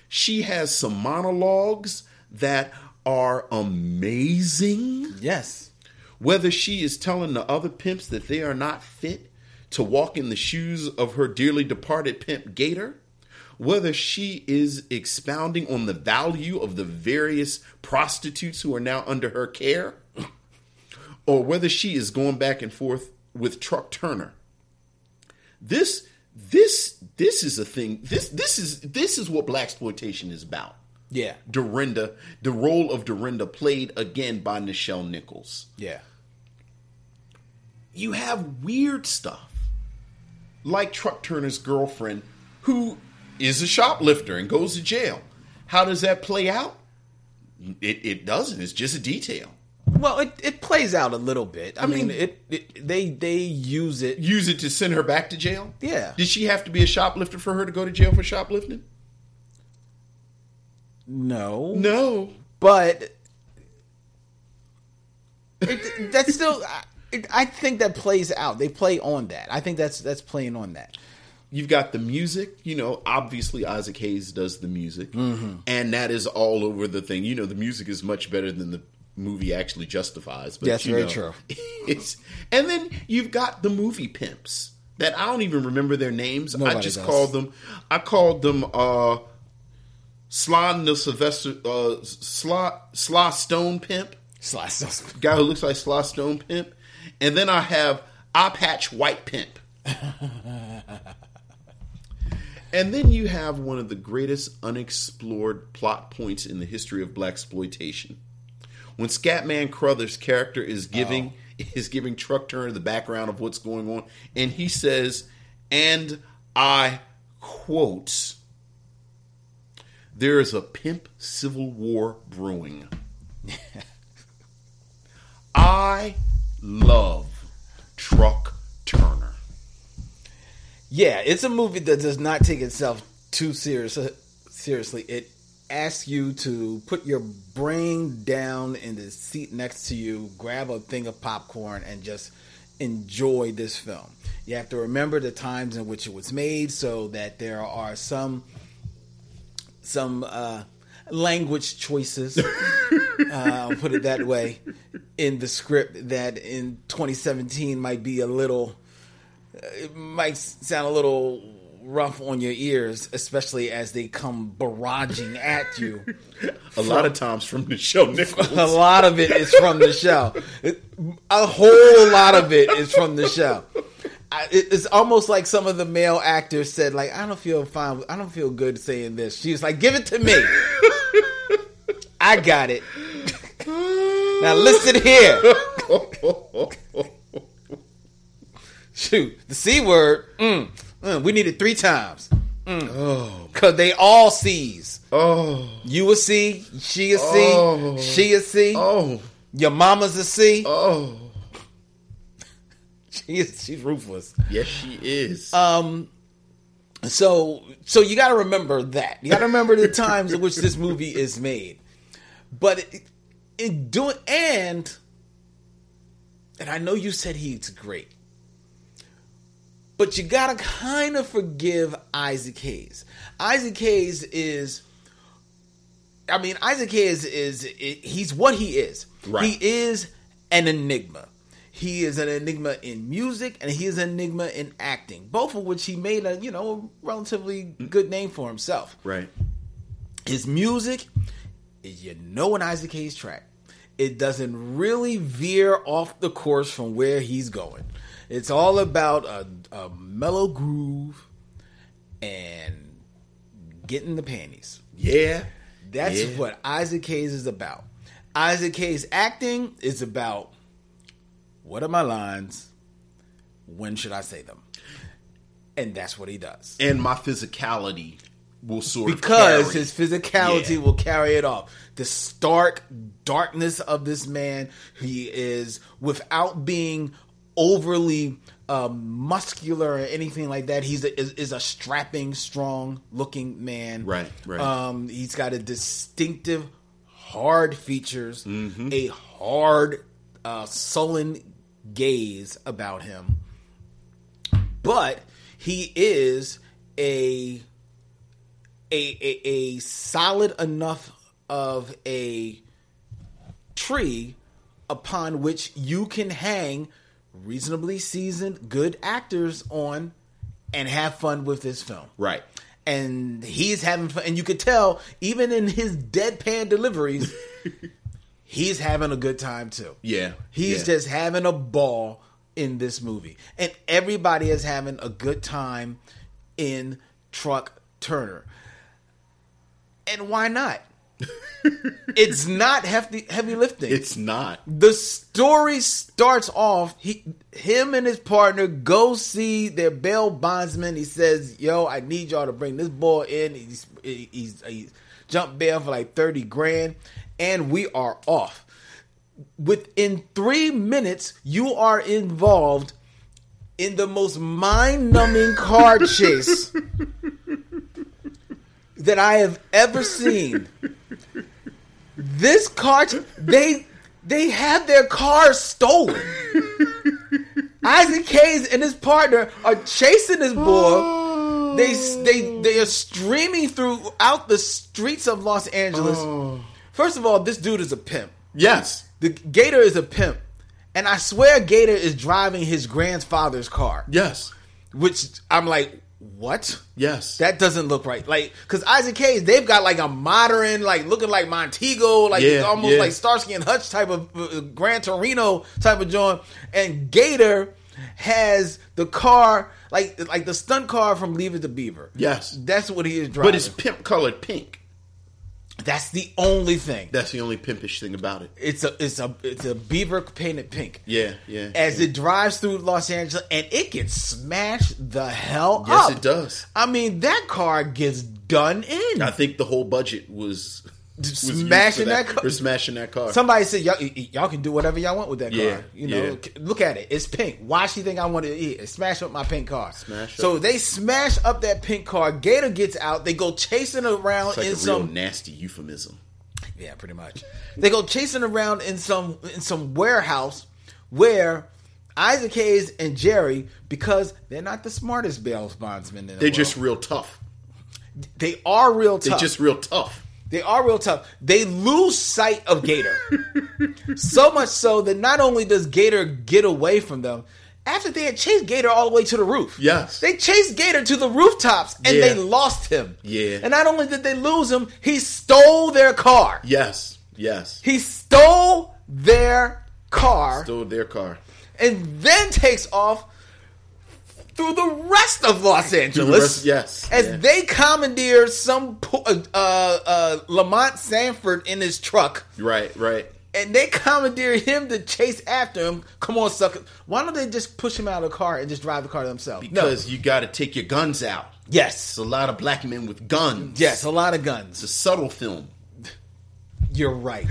[SPEAKER 2] She has some monologues that are amazing.
[SPEAKER 1] Yes.
[SPEAKER 2] Whether she is telling the other pimps that they are not fit to walk in the shoes of her dearly departed pimp Gator, whether she is expounding on the value of the various prostitutes who are now under her care, or whether she is going back and forth with Truck Turner. This this this is a thing. This this is this is what black exploitation is about.
[SPEAKER 1] Yeah.
[SPEAKER 2] Dorinda, the role of Dorinda played again by Nichelle Nichols.
[SPEAKER 1] Yeah.
[SPEAKER 2] You have weird stuff like Truck Turner's girlfriend, who is a shoplifter and goes to jail. How does that play out? It, it doesn't. It's just a detail.
[SPEAKER 1] Well, it, it plays out a little bit. I, mean,
[SPEAKER 2] mean-
[SPEAKER 1] it, it they they use it.
[SPEAKER 2] Use it to send her back to jail?
[SPEAKER 1] Yeah.
[SPEAKER 2] Did she have to be a shoplifter for her to go to jail for shoplifting?
[SPEAKER 1] No.
[SPEAKER 2] No.
[SPEAKER 1] but it, that's still. I, it, I think that plays out. They play on that. I think that's that's playing on that.
[SPEAKER 2] You've got the music, you know, obviously Isaac Hayes does the music,
[SPEAKER 1] Mm-hmm.
[SPEAKER 2] and that is all over the thing. You know, the music is much better than the movie actually justifies. But
[SPEAKER 1] That's
[SPEAKER 2] you
[SPEAKER 1] very
[SPEAKER 2] know,
[SPEAKER 1] true.
[SPEAKER 2] *laughs* It's, and then you've got the movie pimps that I don't even remember their names. I
[SPEAKER 1] Nobody
[SPEAKER 2] just
[SPEAKER 1] does.
[SPEAKER 2] called them, I called them, uh, Sly the Sylvester, uh, Sly, Sly Stone Pimp,
[SPEAKER 1] Slice those.
[SPEAKER 2] guy who looks like Sly Stone Pimp, and then I have Eye Patch White Pimp. and then you have one of the greatest unexplored plot points in the history of black exploitation. When Scatman Crothers' character is giving is giving Truck Turner the background of what's going on, and he says, and I quote, there is a pimp civil war brewing. I love Truck Turner.
[SPEAKER 1] Yeah, it's a movie that does not take itself too serious, seriously. It asks you to put your brain down in the seat next to you, grab a thing of popcorn, and just enjoy this film. You have to remember the times in which it was made so that there are some some uh, language choices, uh, I'll put it that way, in the script that in 2017 might be a little it might sound a little rough on your ears, especially as they come barraging at you.
[SPEAKER 2] A lot of times from Michelle Nichols.
[SPEAKER 1] *laughs* a lot of it is from the show. It- a whole lot of it is from the show. I, it- it's almost like some of the male actors said, like, I don't feel fine. I don't feel good saying this. She was like, give it to me. I got it. now listen here. Shoot, the C word, mm, mm, we need it three times. Because they all C's.
[SPEAKER 2] Oh,
[SPEAKER 1] You a C, she a C,
[SPEAKER 2] Oh.
[SPEAKER 1] she a C,
[SPEAKER 2] oh,
[SPEAKER 1] your mama's a C.
[SPEAKER 2] oh.
[SPEAKER 1] *laughs* She is, she's ruthless.
[SPEAKER 2] Yes, she is.
[SPEAKER 1] Uh, So so you got to remember that. You got to remember the times in which this movie is made. But it, it doing and and I know you said he's great. But you got to kind of forgive Isaac Hayes. Isaac Hayes is I mean Isaac Hayes is, is he's what he is.
[SPEAKER 2] Right.
[SPEAKER 1] He is an enigma. He is an enigma in music and he is an enigma in acting. Both of which he made a, you know, a relatively good name for himself.
[SPEAKER 2] right.
[SPEAKER 1] His music, you know an Isaac Hayes track. It doesn't really veer off the course from where he's going. It's all about a, a mellow groove and getting the panties.
[SPEAKER 2] Yeah.
[SPEAKER 1] That's
[SPEAKER 2] Yeah.
[SPEAKER 1] what Isaac Hayes is about. Isaac Hayes acting is about what are my lines? When should I say them? And that's what he does.
[SPEAKER 2] And my physicality will sort of
[SPEAKER 1] Because
[SPEAKER 2] carry.
[SPEAKER 1] his physicality
[SPEAKER 2] Yeah.
[SPEAKER 1] will carry it off. The stark darkness of this man, he is without being overly um, muscular or anything like that. He's a, is, is a strapping, strong looking man.
[SPEAKER 2] Right, right.
[SPEAKER 1] Um, he's got a distinctive, hard features,
[SPEAKER 2] Mm-hmm.
[SPEAKER 1] a hard, uh, sullen gaze about him. But he is a a, a, a solid enough of a tree upon which you can hang reasonably seasoned good actors on and have fun with this film
[SPEAKER 2] Right.
[SPEAKER 1] and he's having fun and you could tell even in his deadpan
[SPEAKER 2] *laughs*
[SPEAKER 1] deliveries he's having a good time too
[SPEAKER 2] Yeah,
[SPEAKER 1] he's
[SPEAKER 2] yeah.
[SPEAKER 1] just having a ball in this movie and everybody is having a good time in truck turner and why
[SPEAKER 2] *laughs*
[SPEAKER 1] not it's not hefty heavy lifting
[SPEAKER 2] It's not.
[SPEAKER 1] the story starts off he him and his partner go see their bail bondsman he says yo i need y'all to bring this boy in he's he's, he's jump bail for like 30 grand and we are off within three minutes you are involved in the most mind-numbing car chase that i have ever seen this car t- they they had their cars stolen isaac hayes and his partner are chasing this boy they s- they they are streaming throughout the streets of los angeles first of all this dude is a pimp
[SPEAKER 2] Yes.
[SPEAKER 1] the gator is a pimp and i swear gator is driving his grandfather's car
[SPEAKER 2] Yes.
[SPEAKER 1] which i'm like what
[SPEAKER 2] Yes.
[SPEAKER 1] that doesn't look right. Like, because Isaac Hayes, they've got like a modern, like looking like Montego, like
[SPEAKER 2] Yeah,
[SPEAKER 1] almost
[SPEAKER 2] yeah.
[SPEAKER 1] like Starsky and Hutch type of uh, Gran Torino type of joint. And Gator has the car, like like the stunt car from Leave It to Beaver.
[SPEAKER 2] Yes.
[SPEAKER 1] That's what he is driving.
[SPEAKER 2] but it's pimp colored pink.
[SPEAKER 1] that's the only thing.
[SPEAKER 2] That's the only pimpish thing about it.
[SPEAKER 1] It's a it's a it's a beaver painted pink.
[SPEAKER 2] Yeah, yeah.
[SPEAKER 1] As it drives through Los Angeles, and it gets smashed the hell
[SPEAKER 2] yes,
[SPEAKER 1] up.
[SPEAKER 2] it does.
[SPEAKER 1] I mean, that car gets done in.
[SPEAKER 2] I think the whole budget was, was used for
[SPEAKER 1] Smashing that car-
[SPEAKER 2] for smashing that car.
[SPEAKER 1] Somebody said y'all, y- y- y'all can do whatever y'all want with that
[SPEAKER 2] Yeah,
[SPEAKER 1] car. You know,
[SPEAKER 2] yeah.
[SPEAKER 1] c- look at it. It's pink. Why she think I want to eat? it? Smash up my pink car.
[SPEAKER 2] Smash
[SPEAKER 1] so
[SPEAKER 2] up.
[SPEAKER 1] they smash up that pink car. Gator gets out. They go chasing around
[SPEAKER 2] it's like a
[SPEAKER 1] in
[SPEAKER 2] real
[SPEAKER 1] some
[SPEAKER 2] nasty euphemism.
[SPEAKER 1] yeah, pretty much. They go chasing around in some in some warehouse where Isaac Hayes and Jerry, because they're not the smartest bail bondsmen in the
[SPEAKER 2] They're
[SPEAKER 1] world.
[SPEAKER 2] just real tough.
[SPEAKER 1] they are real
[SPEAKER 2] They're
[SPEAKER 1] tough.
[SPEAKER 2] just real tough.
[SPEAKER 1] They are real tough. They lose sight of
[SPEAKER 2] *laughs*
[SPEAKER 1] Gator. so much so that not only does Gator get away from them, after they had chased Gator all the way to the roof.
[SPEAKER 2] Yes.
[SPEAKER 1] They chased Gator to the rooftops and
[SPEAKER 2] Yeah.
[SPEAKER 1] they lost him.
[SPEAKER 2] Yeah.
[SPEAKER 1] And not only did they lose him, he stole their car.
[SPEAKER 2] Yes. Yes.
[SPEAKER 1] He stole their car
[SPEAKER 2] Stole their car.
[SPEAKER 1] and then takes off through the rest of Los Angeles.
[SPEAKER 2] rest- yes,
[SPEAKER 1] As
[SPEAKER 2] yeah.
[SPEAKER 1] they commandeer some po- uh, uh, uh, Lamont Sanford in his truck.
[SPEAKER 2] Right. Right.
[SPEAKER 1] And they commandeer him to chase after him. Come on, sucker. Why don't they just push him out of the car and just drive the car themselves?
[SPEAKER 2] Because you got to take your guns out.
[SPEAKER 1] Yes.
[SPEAKER 2] It's a lot of black men with guns.
[SPEAKER 1] Yes, a lot of
[SPEAKER 2] It's a
[SPEAKER 1] guns.
[SPEAKER 2] subtle film.
[SPEAKER 1] You're
[SPEAKER 2] *laughs*
[SPEAKER 1] right.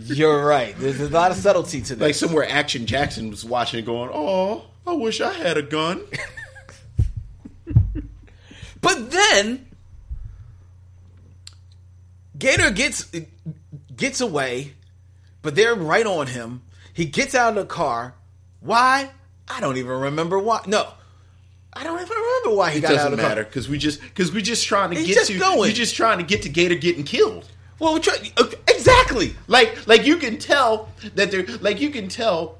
[SPEAKER 1] You're right. There's a lot of subtlety to
[SPEAKER 2] Like
[SPEAKER 1] this.
[SPEAKER 2] somewhere Action Jackson was watching and going, oh, I wish I had a gun.
[SPEAKER 1] But then Gator gets gets away, but they're right on him. He gets out of the car. Why? I don't even remember why. No. I don't even remember why *laughs* he
[SPEAKER 2] It
[SPEAKER 1] got out
[SPEAKER 2] doesn't
[SPEAKER 1] of the
[SPEAKER 2] matter
[SPEAKER 1] car.
[SPEAKER 2] because we just because we just trying to
[SPEAKER 1] He's
[SPEAKER 2] get
[SPEAKER 1] just
[SPEAKER 2] to
[SPEAKER 1] going.
[SPEAKER 2] you're just trying to get to Gator getting killed.
[SPEAKER 1] Well, we try- okay, exactly.
[SPEAKER 2] Like like you can tell that they're like you can tell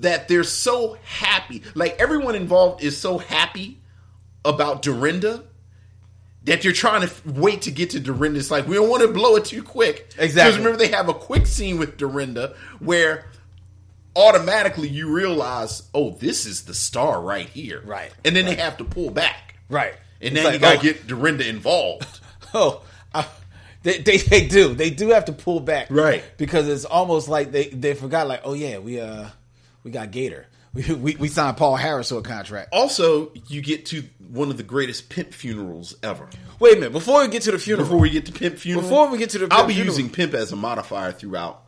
[SPEAKER 2] that they're so happy. Like everyone involved is so happy about Dorinda that you're trying to f- wait to get to Dorinda. It's like we don't want to blow it too quick.
[SPEAKER 1] Exactly.
[SPEAKER 2] remember they have a quick scene with Dorinda where automatically you realize, oh, this is the star right here.
[SPEAKER 1] Right.
[SPEAKER 2] And then they have to pull back.
[SPEAKER 1] Right. It's
[SPEAKER 2] And then you
[SPEAKER 1] like,
[SPEAKER 2] gotta
[SPEAKER 1] oh.
[SPEAKER 2] get Dorinda involved.
[SPEAKER 1] Oh, I, they, they they do. They do have to pull back,
[SPEAKER 2] Right.
[SPEAKER 1] Because it's almost like they they forgot. Like, oh yeah, we uh we got Gator. We we, we signed Paul Harris to a contract.
[SPEAKER 2] also, you get to one of the greatest pimp funerals ever.
[SPEAKER 1] Wait a minute. Before we get to the funeral,
[SPEAKER 2] Before we get to pimp funeral,
[SPEAKER 1] Before we get to the
[SPEAKER 2] I'll
[SPEAKER 1] pimp
[SPEAKER 2] be
[SPEAKER 1] funeral.
[SPEAKER 2] using pimp as a modifier throughout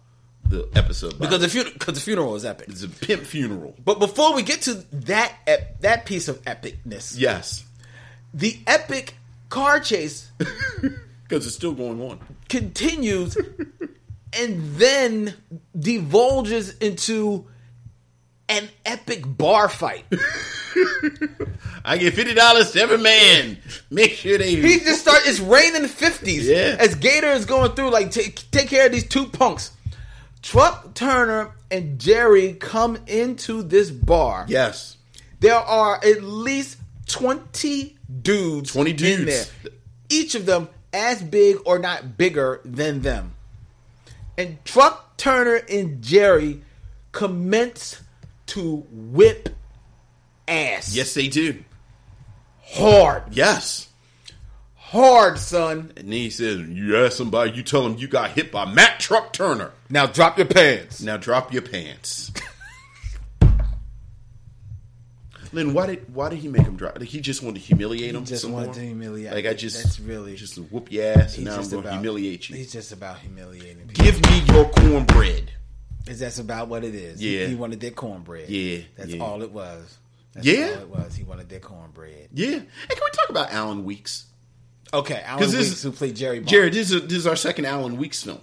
[SPEAKER 2] the episode
[SPEAKER 1] because
[SPEAKER 2] Bob.
[SPEAKER 1] the funeral because the funeral is epic.
[SPEAKER 2] it's a pimp funeral.
[SPEAKER 1] But before we get to that ep- that piece of epicness,
[SPEAKER 2] Yes,
[SPEAKER 1] the epic car chase
[SPEAKER 2] because it's still going on.
[SPEAKER 1] continues and then divulges into an epic bar fight.
[SPEAKER 2] I get fifty dollars to every man. Make sure they.
[SPEAKER 1] He just start. It's raining fifties.
[SPEAKER 2] Yeah.
[SPEAKER 1] As Gator is going through, like take take care of these two punks. Truck Turner and Jerry come into this bar.
[SPEAKER 2] yes,
[SPEAKER 1] There are at least twenty dudes.
[SPEAKER 2] 20
[SPEAKER 1] in there.
[SPEAKER 2] dudes.
[SPEAKER 1] Each of them as big or not bigger than them. And Truck Turner and Jerry commence to whip ass.
[SPEAKER 2] yes, they do.
[SPEAKER 1] Hard.
[SPEAKER 2] Yes,
[SPEAKER 1] Hard, son.
[SPEAKER 2] and then he says, "You ask somebody, you tell them you got hit by Matt Truck Turner.
[SPEAKER 1] Now drop your pants.
[SPEAKER 2] Now drop your pants." Lynn, why did why did he make him drop? Like, he just wanted to humiliate him.
[SPEAKER 1] just
[SPEAKER 2] some
[SPEAKER 1] wanted
[SPEAKER 2] more?
[SPEAKER 1] to humiliate-
[SPEAKER 2] Like I just
[SPEAKER 1] that's really-
[SPEAKER 2] just whoop your ass.
[SPEAKER 1] He's
[SPEAKER 2] And now I'm
[SPEAKER 1] just
[SPEAKER 2] going to
[SPEAKER 1] about-
[SPEAKER 2] humiliate you.
[SPEAKER 1] He's just about humiliating people.
[SPEAKER 2] Give me your cornbread.
[SPEAKER 1] Is that's about what it is? He-
[SPEAKER 2] Yeah.
[SPEAKER 1] he, wanted their cornbread.
[SPEAKER 2] Yeah,
[SPEAKER 1] that's
[SPEAKER 2] yeah.
[SPEAKER 1] all it was. That's
[SPEAKER 2] Yeah.
[SPEAKER 1] all it was. He wanted their cornbread.
[SPEAKER 2] Yeah. And can we talk about Alan Weeks?
[SPEAKER 1] Okay, Alan
[SPEAKER 2] 'Cause
[SPEAKER 1] Weeks
[SPEAKER 2] this-
[SPEAKER 1] who played Jerry. Bond.
[SPEAKER 2] Jared, this is, this is our second Alan Weeks film.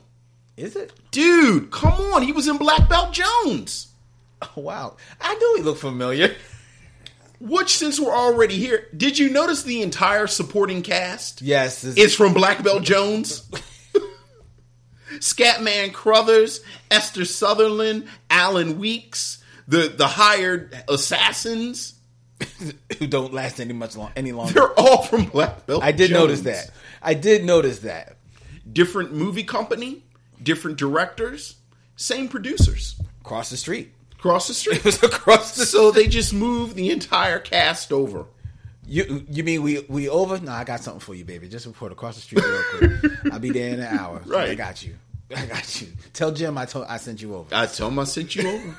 [SPEAKER 1] is it? *laughs*
[SPEAKER 2] Dude, come on. He was in Black Belt Jones.
[SPEAKER 1] Oh, wow, I knew he looked familiar.
[SPEAKER 2] Which, since we're already here, did you notice the entire supporting cast
[SPEAKER 1] Yes, this-
[SPEAKER 2] is from Black Belt Jones? Scatman Crothers, Esther Sutherland, Alan Weeks, the, the hired assassins.
[SPEAKER 1] who don't last any much long any longer.
[SPEAKER 2] They're all from Black Belt
[SPEAKER 1] I did
[SPEAKER 2] Jones.
[SPEAKER 1] notice that. I did notice that.
[SPEAKER 2] different movie company, different directors, same producers
[SPEAKER 1] Across the street, *laughs*
[SPEAKER 2] across the street.
[SPEAKER 1] it was across the.
[SPEAKER 2] so they just moved the entire cast over.
[SPEAKER 1] You you mean we we over? No, I got something for you, baby. Just report across the street real quick. I'll be there in an hour.
[SPEAKER 2] *laughs* Right.
[SPEAKER 1] I got you. I got you. Tell Jim I told I sent you over.
[SPEAKER 2] I tell them I sent you over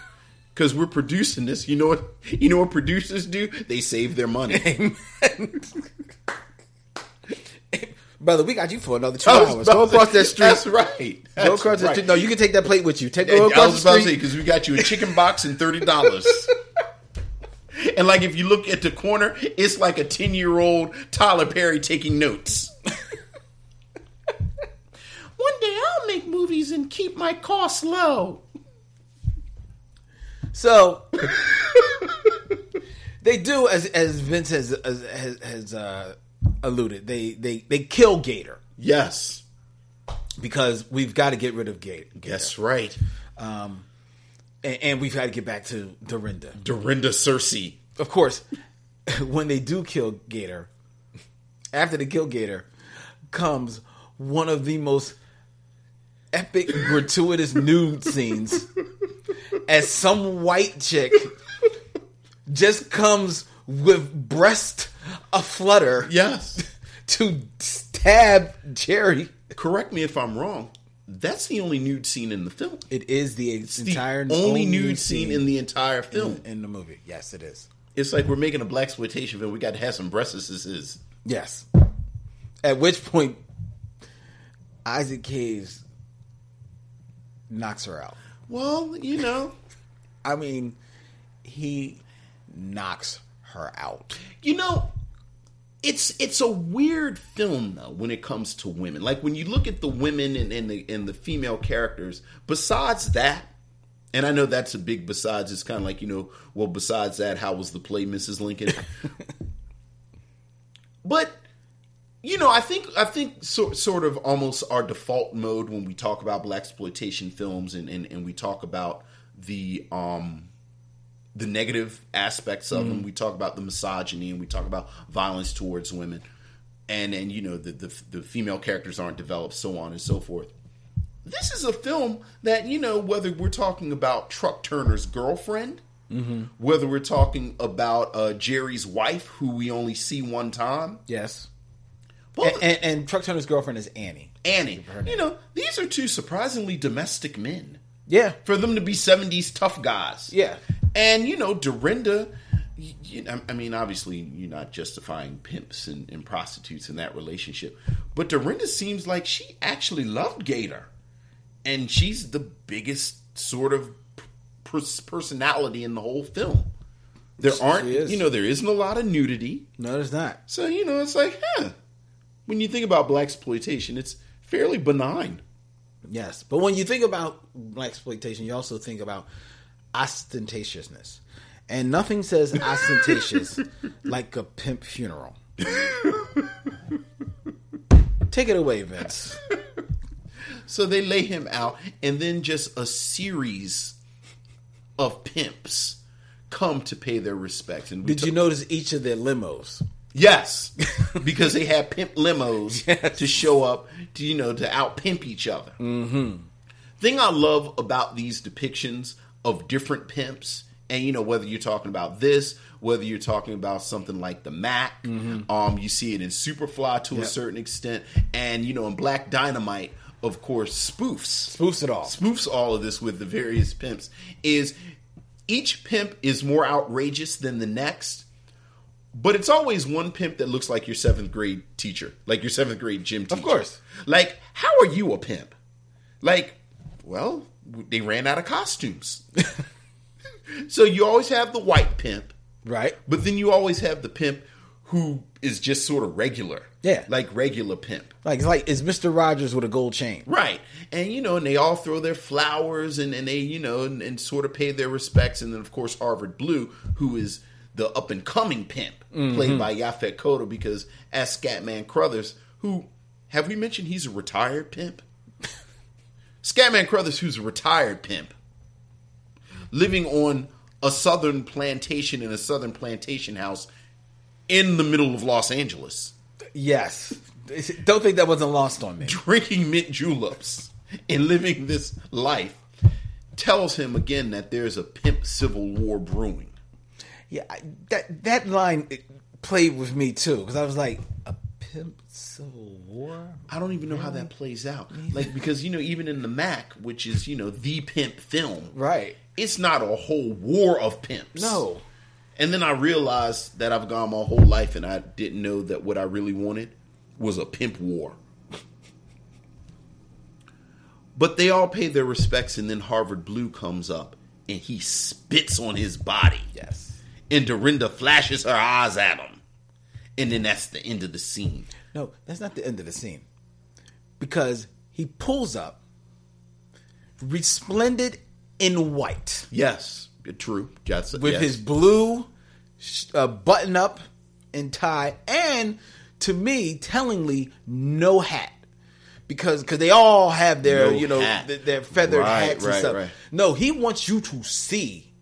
[SPEAKER 2] because we're producing this. You know what? You know what producers do? They save
[SPEAKER 1] *laughs*
[SPEAKER 2] their money.
[SPEAKER 1] Brother, we got you for another two
[SPEAKER 2] I
[SPEAKER 1] hours.
[SPEAKER 2] was about
[SPEAKER 1] Go
[SPEAKER 2] to-
[SPEAKER 1] across that street.
[SPEAKER 2] That's right.
[SPEAKER 1] Go
[SPEAKER 2] That's
[SPEAKER 1] across that
[SPEAKER 2] right.
[SPEAKER 1] street. No, you can take that plate with you. Take
[SPEAKER 2] And
[SPEAKER 1] go
[SPEAKER 2] I was
[SPEAKER 1] across
[SPEAKER 2] about
[SPEAKER 1] the
[SPEAKER 2] to say
[SPEAKER 1] street.
[SPEAKER 2] because we got you a chicken box and thirty dollars. *laughs* And like if you look at the corner, it's like a ten year old Tyler Perry taking notes. *laughs* One day I'll make movies and keep my costs low. *laughs*
[SPEAKER 1] So they do as as Vince has as, has, has uh, alluded. They they they kill Gator
[SPEAKER 2] Yes.
[SPEAKER 1] because we've got to get rid of Gator.
[SPEAKER 2] That's right.
[SPEAKER 1] Um, and, and we've got to get back to Dorinda.
[SPEAKER 2] Dorinda Cersei.
[SPEAKER 1] Of course, *laughs* when they do kill Gator, after they kill Gator, comes one of the most epic, gratuitous *laughs* nude scenes as some white chick just comes with breast aflutter
[SPEAKER 2] Yes.
[SPEAKER 1] to stab Jerry.
[SPEAKER 2] Correct me if I'm wrong. That's the only nude scene in the film.
[SPEAKER 1] It is the
[SPEAKER 2] It's
[SPEAKER 1] entire
[SPEAKER 2] the only nude scene in the entire film.
[SPEAKER 1] in the movie. Yes, it is.
[SPEAKER 2] It's like we're making a black exploitation film. We got to have some breasts.
[SPEAKER 1] Yes. At which point, Isaac Hayes knocks her out.
[SPEAKER 2] Well, you know,
[SPEAKER 1] I mean, he knocks her out.
[SPEAKER 2] you know, it's it's a weird film though when it comes to women. Like when you look at the women and, and the and the female characters. Besides that, and I know that's a big besides. It's kind of like you know, well, besides that, how was the play, Mrs. Lincoln? but you know, I think I think so, sort of almost our default mode when we talk about black exploitation films and, and and we talk about the um the negative aspects of them. We talk about the misogyny and we talk about violence towards women, and and you know the the, the female characters aren't developed, so on and so forth. This is a film that you know whether we're talking about Truck Turner's girlfriend, whether we're talking about uh, Jerry's wife, who we only see one time,
[SPEAKER 1] Yes.
[SPEAKER 2] well,
[SPEAKER 1] And, and, and Truck Turner's girlfriend is Annie.
[SPEAKER 2] Annie. You know these are two surprisingly domestic men
[SPEAKER 1] Yeah.
[SPEAKER 2] for them to be 70s tough guys.
[SPEAKER 1] Yeah.
[SPEAKER 2] And, you know, Dorinda, y- you know, I mean, obviously, you're not justifying pimps and, and prostitutes in that relationship, but Dorinda seems like she actually loved Gator. And she's the biggest sort of pers- personality in the whole film. There aren't,
[SPEAKER 1] is.
[SPEAKER 2] you know, there isn't a lot of nudity.
[SPEAKER 1] No, there's not.
[SPEAKER 2] So, you know, it's like, huh. When you think about black exploitation, it's fairly benign.
[SPEAKER 1] Yes, but when you think about black exploitation, you also think about ostentatiousness, and nothing says ostentatious like a pimp funeral. Take it away, Vince.
[SPEAKER 2] So they lay him out, and then just a series of pimps come to pay their respects. And we
[SPEAKER 1] Did you notice each of their limos?
[SPEAKER 2] Yes, because they had
[SPEAKER 1] *laughs*
[SPEAKER 2] pimp limos to show up, to, you know, to out pimp each other. Mm-hmm. Thing I love about these depictions of different pimps, and you know, whether you're talking about this, whether you're talking about something like the Mac,
[SPEAKER 1] Mm-hmm.
[SPEAKER 2] um, you see it in Superfly to a certain extent, and you know, in Black Dynamite, of course, spoofs
[SPEAKER 1] Spoofs it all.
[SPEAKER 2] spoofs all of this with the various pimps is each pimp is more outrageous than the next but it's always one pimp that looks like your seventh grade teacher like your seventh grade gym teacher
[SPEAKER 1] course.
[SPEAKER 2] like how are you a pimp like well w- they ran out of costumes *laughs* so you always have the white pimp
[SPEAKER 1] Right.
[SPEAKER 2] but then you always have the pimp who is just sort of regular
[SPEAKER 1] Yeah.
[SPEAKER 2] like regular pimp
[SPEAKER 1] Like, it's like, is Mister Rogers with a gold chain?
[SPEAKER 2] Right. And, you know, and they all throw their flowers and, and they, you know, and, and sort of pay their respects. And then, of course, Harvard Blue, who is the up and coming pimp, played by Yafet Koto, because as Scatman Crothers, who, have we mentioned he's a retired pimp? *laughs* Scatman Crothers, who's a retired pimp, living on a southern plantation in a southern plantation house in the middle of Los Angeles,
[SPEAKER 1] Yes. Don't think that wasn't lost on me.
[SPEAKER 2] drinking mint juleps and living this life tells him again that there's a pimp civil war brewing.
[SPEAKER 1] Yeah, I- that that line it played with me too because I was like, a pimp civil war.
[SPEAKER 2] I don't even know how that plays out. Like because you know even in the Mac, which is you know the pimp film,
[SPEAKER 1] Right.
[SPEAKER 2] It's not a whole war of pimps.
[SPEAKER 1] No.
[SPEAKER 2] And then I realized that I've gone my whole life and I didn't know that what I really wanted was a pimp war. But they all pay their respects, and then Harvard Blue comes up and he spits on his body.
[SPEAKER 1] Yes.
[SPEAKER 2] And Dorinda flashes her eyes at him. And then that's the end of the scene.
[SPEAKER 1] No, that's not the end of the scene. Because he pulls up, resplendent in white,
[SPEAKER 2] Yes, true. Yes,
[SPEAKER 1] with
[SPEAKER 2] yes.
[SPEAKER 1] his blue sh- uh, button up and tie, and to me, tellingly, no hat. Because cause they all have their,
[SPEAKER 2] No
[SPEAKER 1] you know,
[SPEAKER 2] hat.
[SPEAKER 1] th- their feathered
[SPEAKER 2] Right,
[SPEAKER 1] hats and
[SPEAKER 2] right,
[SPEAKER 1] stuff.
[SPEAKER 2] right.
[SPEAKER 1] No, he wants you to see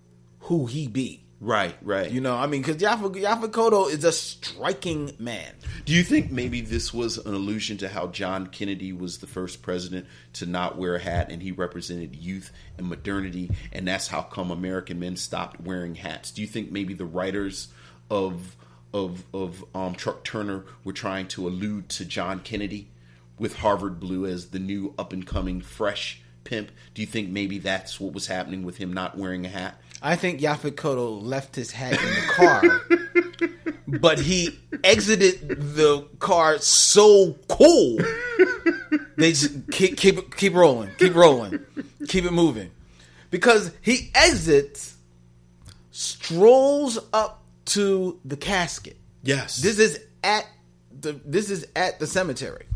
[SPEAKER 1] who he be.
[SPEAKER 2] Right, right.
[SPEAKER 1] You know, I mean, because Yafa, Yafa Kodo is a striking man.
[SPEAKER 2] Do you think maybe this was an allusion to how John Kennedy was the first president to not wear a hat and he represented youth and modernity, and that's how come American men stopped wearing hats? Do you think maybe the writers of of of um, Truck Turner were trying to allude to John Kennedy with Harvard Blue as the new up and coming fresh pimp? Do you think maybe that's what was happening with him not wearing a hat?
[SPEAKER 1] I think Yafa Kodo left his hat in the car, but he exited the car so cool. They just keep keep keep rolling, keep rolling, keep it moving, because he exits, strolls up to the casket.
[SPEAKER 2] Yes.
[SPEAKER 1] This is at the this is at the cemetery.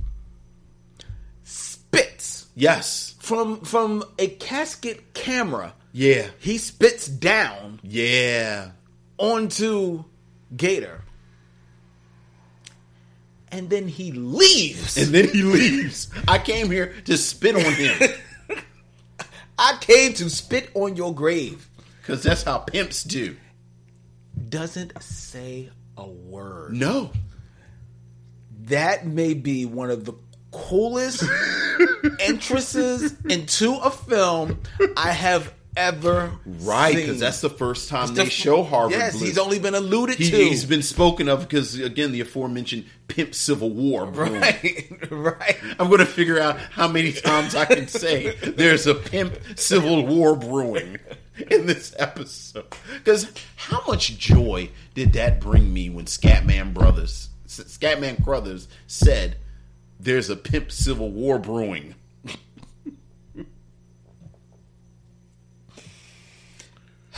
[SPEAKER 1] Spits
[SPEAKER 2] yes.
[SPEAKER 1] from from a casket camera.
[SPEAKER 2] Yeah.
[SPEAKER 1] He spits down
[SPEAKER 2] Yeah.
[SPEAKER 1] onto Gator. And then he leaves.
[SPEAKER 2] And then he leaves. I came here to spit on him
[SPEAKER 1] I came to spit on your grave.
[SPEAKER 2] because that's how pimps do.
[SPEAKER 1] Doesn't say a word.
[SPEAKER 2] No.
[SPEAKER 1] That may be one of the
[SPEAKER 2] *laughs*
[SPEAKER 1] coolest entrances into a film I have ever
[SPEAKER 2] Right,
[SPEAKER 1] seen.
[SPEAKER 2] because that's the first time
[SPEAKER 1] It's
[SPEAKER 2] they
[SPEAKER 1] the-
[SPEAKER 2] show Harvard.
[SPEAKER 1] Yes,
[SPEAKER 2] Blue.
[SPEAKER 1] he's only been alluded
[SPEAKER 2] He,
[SPEAKER 1] to.
[SPEAKER 2] he's been spoken of because again the aforementioned pimp civil war. Boom.
[SPEAKER 1] right, *laughs* right.
[SPEAKER 2] I'm going to figure out how many times I can say there's a pimp civil war brewing in this episode. Because how much joy did that bring me when Scatman Brothers, S- Scatman Crothers said, "There's a pimp civil war brewing."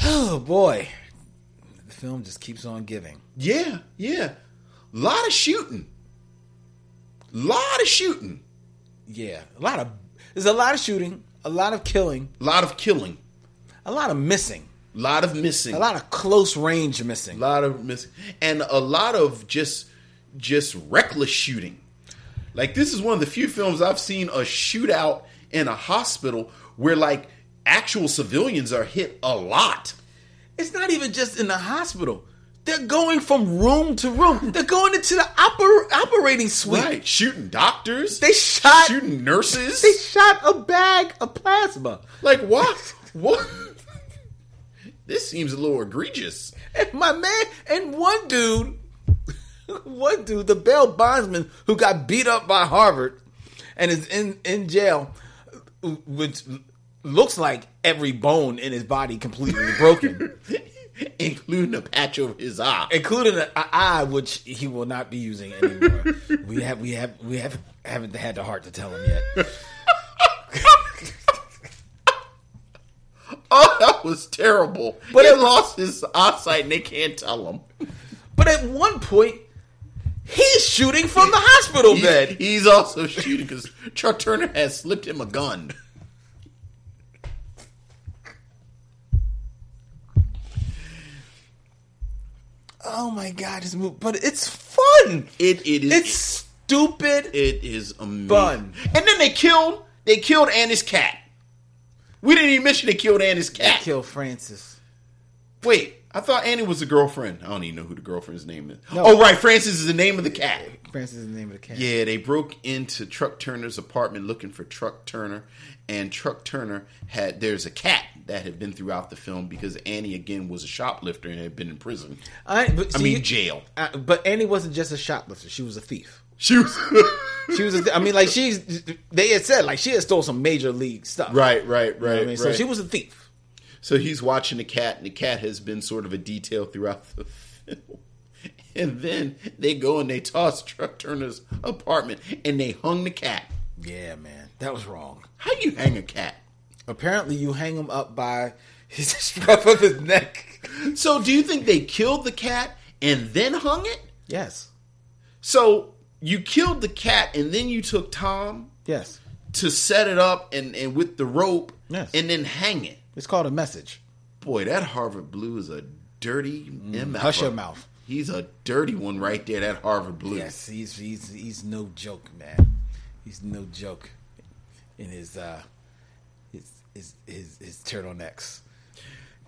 [SPEAKER 1] Oh boy, the film just keeps on giving.
[SPEAKER 2] Yeah, yeah, lot of shooting, lot of shooting,
[SPEAKER 1] Yeah, a lot of there's a lot of shooting, a lot of killing,
[SPEAKER 2] lot of killing,
[SPEAKER 1] a lot of missing,
[SPEAKER 2] lot of missing,
[SPEAKER 1] a lot of close range missing.
[SPEAKER 2] a lot of miss and a lot of just just reckless shooting like this is one of the few films i've seen a shootout in a hospital where like actual civilians are hit a lot
[SPEAKER 1] It's not even just in the hospital. They're going from room to room. They're going into the oper- operating suite.
[SPEAKER 2] right shooting doctors
[SPEAKER 1] They shot.
[SPEAKER 2] shooting nurses
[SPEAKER 1] They shot a bag of plasma.
[SPEAKER 2] like what *laughs* what this seems a little egregious
[SPEAKER 1] And my man and one dude, *laughs* one dude, the bail bondsman who got beat up by Harvard and is in in jail, which looks like every bone in his body
[SPEAKER 2] *laughs*
[SPEAKER 1] completely broken,
[SPEAKER 2] including a patch over his eye
[SPEAKER 1] including an eye which he will not be using anymore. we have we have we have haven't had the heart to tell him yet.
[SPEAKER 2] oh *laughs* that was terrible but
[SPEAKER 1] But
[SPEAKER 2] he
[SPEAKER 1] it-
[SPEAKER 2] lost his eyesight and they can't tell him
[SPEAKER 1] But at one point, he's shooting from the hospital
[SPEAKER 2] He's-
[SPEAKER 1] bed.
[SPEAKER 2] He's also shooting because Chuck Turner has slipped him a gun.
[SPEAKER 1] Oh my god, this movie! But it's fun.
[SPEAKER 2] It it is
[SPEAKER 1] It's stupid.
[SPEAKER 2] it is amazing.
[SPEAKER 1] Fun.
[SPEAKER 2] And then they killed they killed Anna's cat. We didn't even mention they killed Anna's cat.
[SPEAKER 1] Kill Francis.
[SPEAKER 2] Wait, I thought Annie was the girlfriend. I don't even know who the girlfriend's name is.
[SPEAKER 1] No.
[SPEAKER 2] Oh right, Francis is the name of the cat.
[SPEAKER 1] Francis is the name of the cat.
[SPEAKER 2] Yeah, they broke into Truck Turner's apartment looking for Truck Turner, and Truck Turner had there's a cat that had been throughout the film because Annie again was a shoplifter and had been in prison.
[SPEAKER 1] I, but
[SPEAKER 2] I
[SPEAKER 1] see,
[SPEAKER 2] mean jail.
[SPEAKER 1] I- but Annie wasn't just a shoplifter; she was a thief.
[SPEAKER 2] She was
[SPEAKER 1] She was. A th- I mean, like she's. They had said like she had stole some major league stuff.
[SPEAKER 2] Right, right,
[SPEAKER 1] You know
[SPEAKER 2] right.
[SPEAKER 1] what I mean? So
[SPEAKER 2] right.
[SPEAKER 1] she was a thief.
[SPEAKER 2] *laughs* So he's watching the cat, and the cat has been sort of a detail throughout the film. And then they go and they toss Truck Turner's apartment, and they hung the cat.
[SPEAKER 1] Yeah, man, that was wrong.
[SPEAKER 2] How do you hang a cat?
[SPEAKER 1] Apparently, you hang him up by *laughs* his strap of his
[SPEAKER 2] *laughs*
[SPEAKER 1] neck.
[SPEAKER 2] So do you think they killed the cat and then hung it?
[SPEAKER 1] Yes.
[SPEAKER 2] So you killed the cat, and then you took Tom
[SPEAKER 1] Yes.
[SPEAKER 2] to set it up and, and with the rope,
[SPEAKER 1] Yes.
[SPEAKER 2] and then hang it.
[SPEAKER 1] It's called a message.
[SPEAKER 2] Boy, that Harvard Blue is a dirty mm,
[SPEAKER 1] Hush your mouth.
[SPEAKER 2] He's a dirty one right there, that Harvard Blue.
[SPEAKER 1] Yes, he's he's he's no joke, man. He's no joke in his uh his his his, his turtlenecks.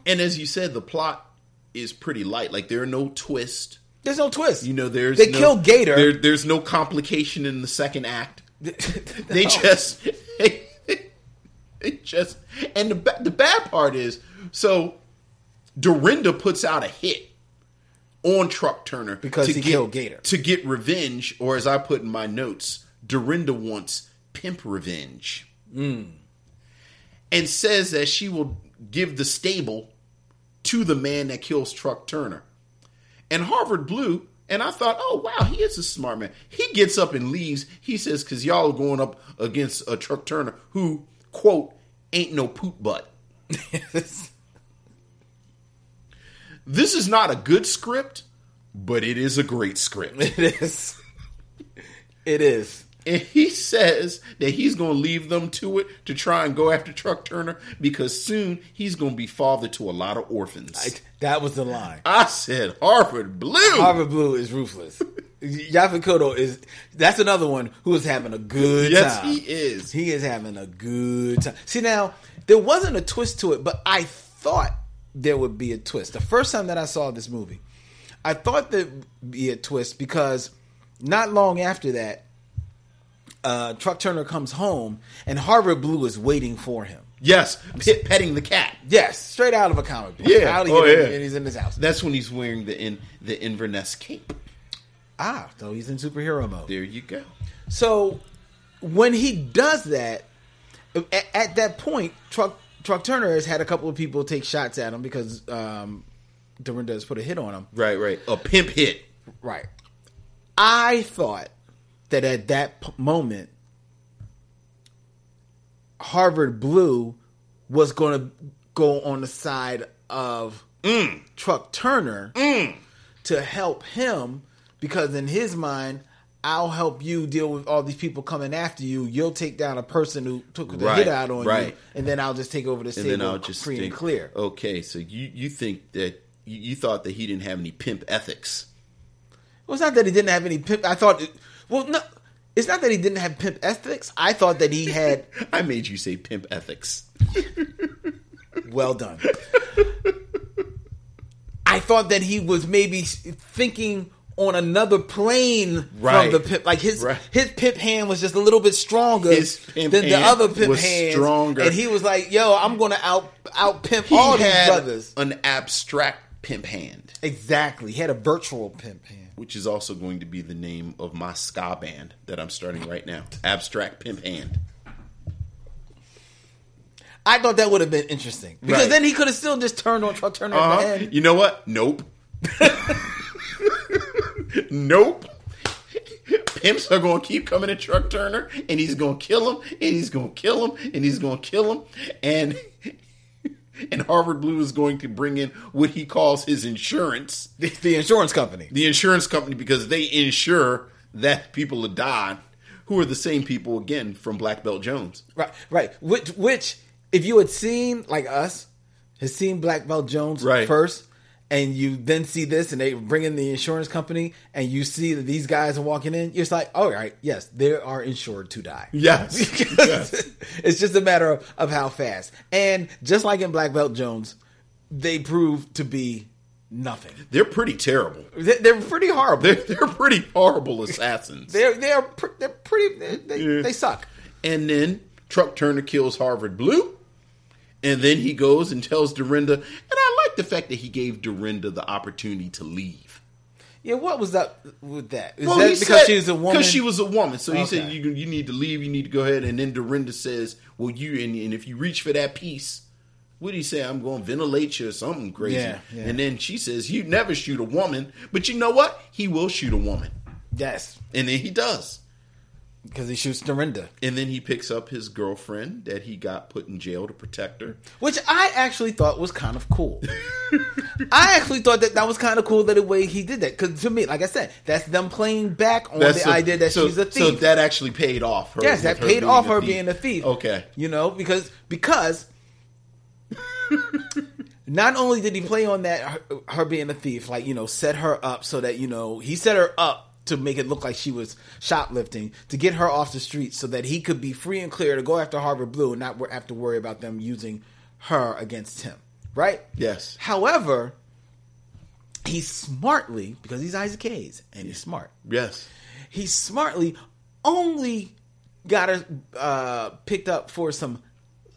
[SPEAKER 2] And as you said, the plot is pretty light. Like there are no twists.
[SPEAKER 1] There's no twist.
[SPEAKER 2] You know, there's
[SPEAKER 1] they
[SPEAKER 2] no,
[SPEAKER 1] kill Gator. *laughs*
[SPEAKER 2] there- there's no complication in the second act. They just *laughs* it just and the ba- the bad part is so Dorinda puts out a hit on Truck Turner
[SPEAKER 1] Because he
[SPEAKER 2] get,
[SPEAKER 1] killed Gator.
[SPEAKER 2] to get revenge, or as I put in my notes, Dorinda wants pimp revenge,
[SPEAKER 1] Hmm.
[SPEAKER 2] and says that she will give the stable to the man that kills Truck Turner. And Harvard Blue, and I thought, oh wow, he is a smart man. He gets up and leaves. He says, because y'all are going up against a Truck Turner who quote ain't no poot butt. This is not a good script, but it is a great script.
[SPEAKER 1] it is. It is.
[SPEAKER 2] *laughs* and he says that he's going to leave them to it to try and go after Truck Turner because soon he's going to be father to a lot of orphans.
[SPEAKER 1] That was the line.
[SPEAKER 2] I, said Harvard Blue.
[SPEAKER 1] Harvard Blue is ruthless. Yafikoto is that's another one who is having a good
[SPEAKER 2] Yes,
[SPEAKER 1] time.
[SPEAKER 2] he is.
[SPEAKER 1] He is having a good time. See now, there wasn't a twist to it, but I thought there would be a twist. The first time that I saw this movie, I thought there'd be a twist because not long after that, uh, Truck Turner comes home and Harvard Blue is waiting for him.
[SPEAKER 2] Yes, pit petting the cat.
[SPEAKER 1] Yes, straight out of a comic book.
[SPEAKER 2] Yeah.
[SPEAKER 1] Out of
[SPEAKER 2] Oh,
[SPEAKER 1] here,
[SPEAKER 2] yeah.
[SPEAKER 1] and he's in his house.
[SPEAKER 2] That's when he's wearing the in, the Inverness cape.
[SPEAKER 1] ah, so he's in superhero mode.
[SPEAKER 2] There you go.
[SPEAKER 1] So when he does that, at, at that point, Truck Truck Turner has had a couple of people take shots at him because um, Dorinda has put a hit on him.
[SPEAKER 2] Right, right. A pimp hit.
[SPEAKER 1] Right. I thought that at that p- moment, Harvard Blue was going to go on the side of
[SPEAKER 2] Mm.
[SPEAKER 1] Truck Turner to help him because, in his mind, I'll help you deal with all these people coming after you. You'll take down a person who took the
[SPEAKER 2] Right,
[SPEAKER 1] hit out on you,
[SPEAKER 2] right.
[SPEAKER 1] and then I'll just take over the
[SPEAKER 2] And
[SPEAKER 1] city
[SPEAKER 2] then I'll just
[SPEAKER 1] free
[SPEAKER 2] think,
[SPEAKER 1] and clear.
[SPEAKER 2] Okay, so you you think that you, you thought that he didn't have any pimp ethics.
[SPEAKER 1] Well, it's not that he didn't have any pimp. I thought, it- well, no, it's not that he didn't have pimp ethics. I thought that he had.
[SPEAKER 2] I made you say pimp ethics.
[SPEAKER 1] Well done. I thought that he was maybe thinking on another plane
[SPEAKER 2] Right.
[SPEAKER 1] from the pimp. Like his
[SPEAKER 2] Right.
[SPEAKER 1] his pimp hand was just a little bit stronger
[SPEAKER 2] His
[SPEAKER 1] than
[SPEAKER 2] pimp
[SPEAKER 1] the
[SPEAKER 2] hand
[SPEAKER 1] other pimp
[SPEAKER 2] was
[SPEAKER 1] hands.
[SPEAKER 2] stronger.
[SPEAKER 1] and he was like, "Yo, I'm gonna out out pimp
[SPEAKER 2] He
[SPEAKER 1] all these
[SPEAKER 2] had
[SPEAKER 1] brothers."
[SPEAKER 2] an abstract pimp hand,
[SPEAKER 1] Exactly. He had a virtual pimp hand.
[SPEAKER 2] which is also going to be the name of my ska band that I'm starting right now. Abstract pimp hand.
[SPEAKER 1] I thought that would have been interesting because
[SPEAKER 2] Right.
[SPEAKER 1] then he could have still just turned on Truck Turner at the
[SPEAKER 2] Uh-huh.
[SPEAKER 1] end.
[SPEAKER 2] You know what? Nope. *laughs* nope. Pimps are going to keep coming at Truck Turner, and he's going to kill him, and he's going to kill him, and he's going to kill him, and *laughs* and Harvard Blue is going to bring in what he calls his insurance,
[SPEAKER 1] The, the insurance company.
[SPEAKER 2] the insurance company, because they insure that people are died, who are the same people again from Black Belt Jones.
[SPEAKER 1] Right, right. Which, which, if you had seen like us, has seen Black Belt Jones
[SPEAKER 2] Right.
[SPEAKER 1] first, and you then see this, and they bring in the insurance company, and you see that these guys are walking in, you're just like, all right, yes, they are insured to die.
[SPEAKER 2] Yes. yes.
[SPEAKER 1] *laughs* it's just a matter of, of how fast. And just like in Black Belt Jones, they prove to be nothing.
[SPEAKER 2] *laughs* They're pretty terrible. *laughs*
[SPEAKER 1] They- They're pretty horrible.
[SPEAKER 2] They're,
[SPEAKER 1] They're
[SPEAKER 2] they're pretty horrible assassins.
[SPEAKER 1] they're they're, pr- they're pretty. They, they,
[SPEAKER 2] Yeah.
[SPEAKER 1] they suck.
[SPEAKER 2] And then Truck Turner kills Harvard Blue. And then he goes and tells Dorinda. And I like the fact that he gave Dorinda the opportunity to leave.
[SPEAKER 1] Yeah, what was up with that? Is
[SPEAKER 2] Well,
[SPEAKER 1] that
[SPEAKER 2] he
[SPEAKER 1] because
[SPEAKER 2] said-
[SPEAKER 1] she's a woman?
[SPEAKER 2] Because she was a woman. So he said,
[SPEAKER 1] Okay.
[SPEAKER 2] you, you need to leave. You need to go ahead. And then Dorinda says, Well, you, and, and if you reach for that piece, what do you say? I'm going to ventilate you or something crazy.
[SPEAKER 1] Yeah, yeah.
[SPEAKER 2] And then she says, You never shoot a woman. But you know what? He will shoot a woman.
[SPEAKER 1] yes.
[SPEAKER 2] And then he does.
[SPEAKER 1] because he shoots Dorinda,
[SPEAKER 2] And then he picks up his girlfriend that he got put in jail to protect her.
[SPEAKER 1] which I actually thought was kind of cool. *laughs* I actually thought that that was kind of cool that the way he did that because to me, like I said, that's them playing back on the
[SPEAKER 2] so-
[SPEAKER 1] idea that
[SPEAKER 2] so-
[SPEAKER 1] she's a thief.
[SPEAKER 2] So that actually paid off. Her
[SPEAKER 1] yes,
[SPEAKER 2] with
[SPEAKER 1] that
[SPEAKER 2] her
[SPEAKER 1] paid
[SPEAKER 2] being
[SPEAKER 1] off her being a thief.
[SPEAKER 2] Okay.
[SPEAKER 1] you know because because Not only did he play on that her, her being a thief, like you know, set her up so that you know he set her up to make it look like she was shoplifting to get her off the streets so that he could be free and clear to go after Harbor Blue and not wor- have to worry about them using her against him. Right?
[SPEAKER 2] Yes.
[SPEAKER 1] However, he smartly because he's Isaac Hayes and he's smart
[SPEAKER 2] Yes.
[SPEAKER 1] he smartly only got her uh, picked up for some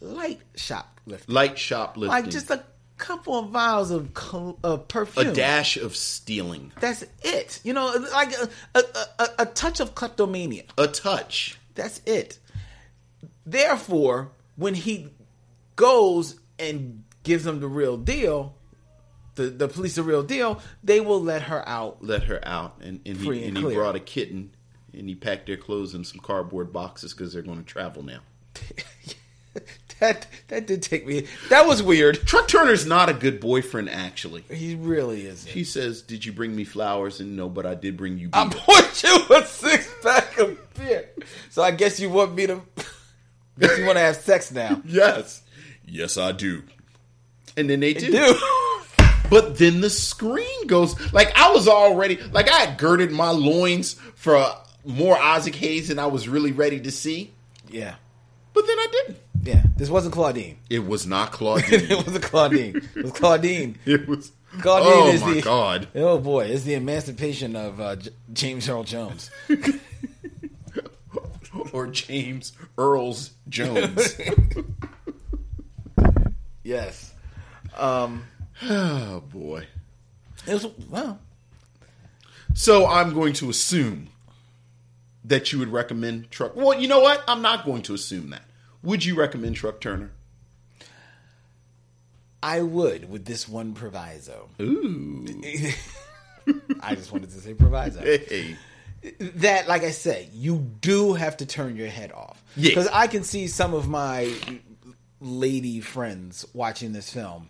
[SPEAKER 1] light shoplifting,
[SPEAKER 2] Light shoplifting.
[SPEAKER 1] like just a couple of vials of, co- of perfume.
[SPEAKER 2] a dash of stealing.
[SPEAKER 1] That's it. You know, like a, a, a, a touch of kleptomania.
[SPEAKER 2] A touch.
[SPEAKER 1] That's it. Therefore, when he goes and gives them the real deal, the, the police the real deal, they will let her out. *laughs*
[SPEAKER 2] Let her out, and, and, he,
[SPEAKER 1] Free
[SPEAKER 2] and,
[SPEAKER 1] and
[SPEAKER 2] he
[SPEAKER 1] clear.
[SPEAKER 2] brought a kitten, and he packed their clothes in some cardboard boxes because they're going to travel now.
[SPEAKER 1] That that did take me. That was weird.
[SPEAKER 2] Truck Turner's not a good boyfriend, actually.
[SPEAKER 1] He really is.
[SPEAKER 2] He says, "Did you bring me flowers?" And no, but I did bring you.
[SPEAKER 1] I
[SPEAKER 2] beer."
[SPEAKER 1] bought you a six pack of beer. So I guess you want me to. guess you want to have sex *laughs* now.
[SPEAKER 2] Yes. Yes, I do. And then they do.
[SPEAKER 1] Dude.
[SPEAKER 2] But then the screen goes like I was already like I had girded my loins for uh, more Isaac Hayes than I was really ready to see.
[SPEAKER 1] Yeah.
[SPEAKER 2] But then I didn't.
[SPEAKER 1] Yeah. This wasn't Claudine.
[SPEAKER 2] It was not
[SPEAKER 1] *laughs* it *laughs*
[SPEAKER 2] Claudine.
[SPEAKER 1] wasn't Claudine. It was Claudine.
[SPEAKER 2] it was
[SPEAKER 1] Claudine
[SPEAKER 2] Oh
[SPEAKER 1] is
[SPEAKER 2] my
[SPEAKER 1] the,
[SPEAKER 2] god.
[SPEAKER 1] Oh boy, it's the emancipation of uh, J- James Earl *laughs* Jones.
[SPEAKER 2] Or James Earls Jones.
[SPEAKER 1] Yes. Um.
[SPEAKER 2] *laughs* oh boy.
[SPEAKER 1] It was well.
[SPEAKER 2] So I'm going to assume that you would recommend Truck. Well, you know what? I'm not going to assume that. Would you recommend Truck Turner?
[SPEAKER 1] I would with this one proviso.
[SPEAKER 2] Ooh.
[SPEAKER 1] I just wanted to say proviso.
[SPEAKER 2] Hey.
[SPEAKER 1] that like i said you do have to turn your head off
[SPEAKER 2] Yeah.
[SPEAKER 1] because i can see some of my lady friends watching this film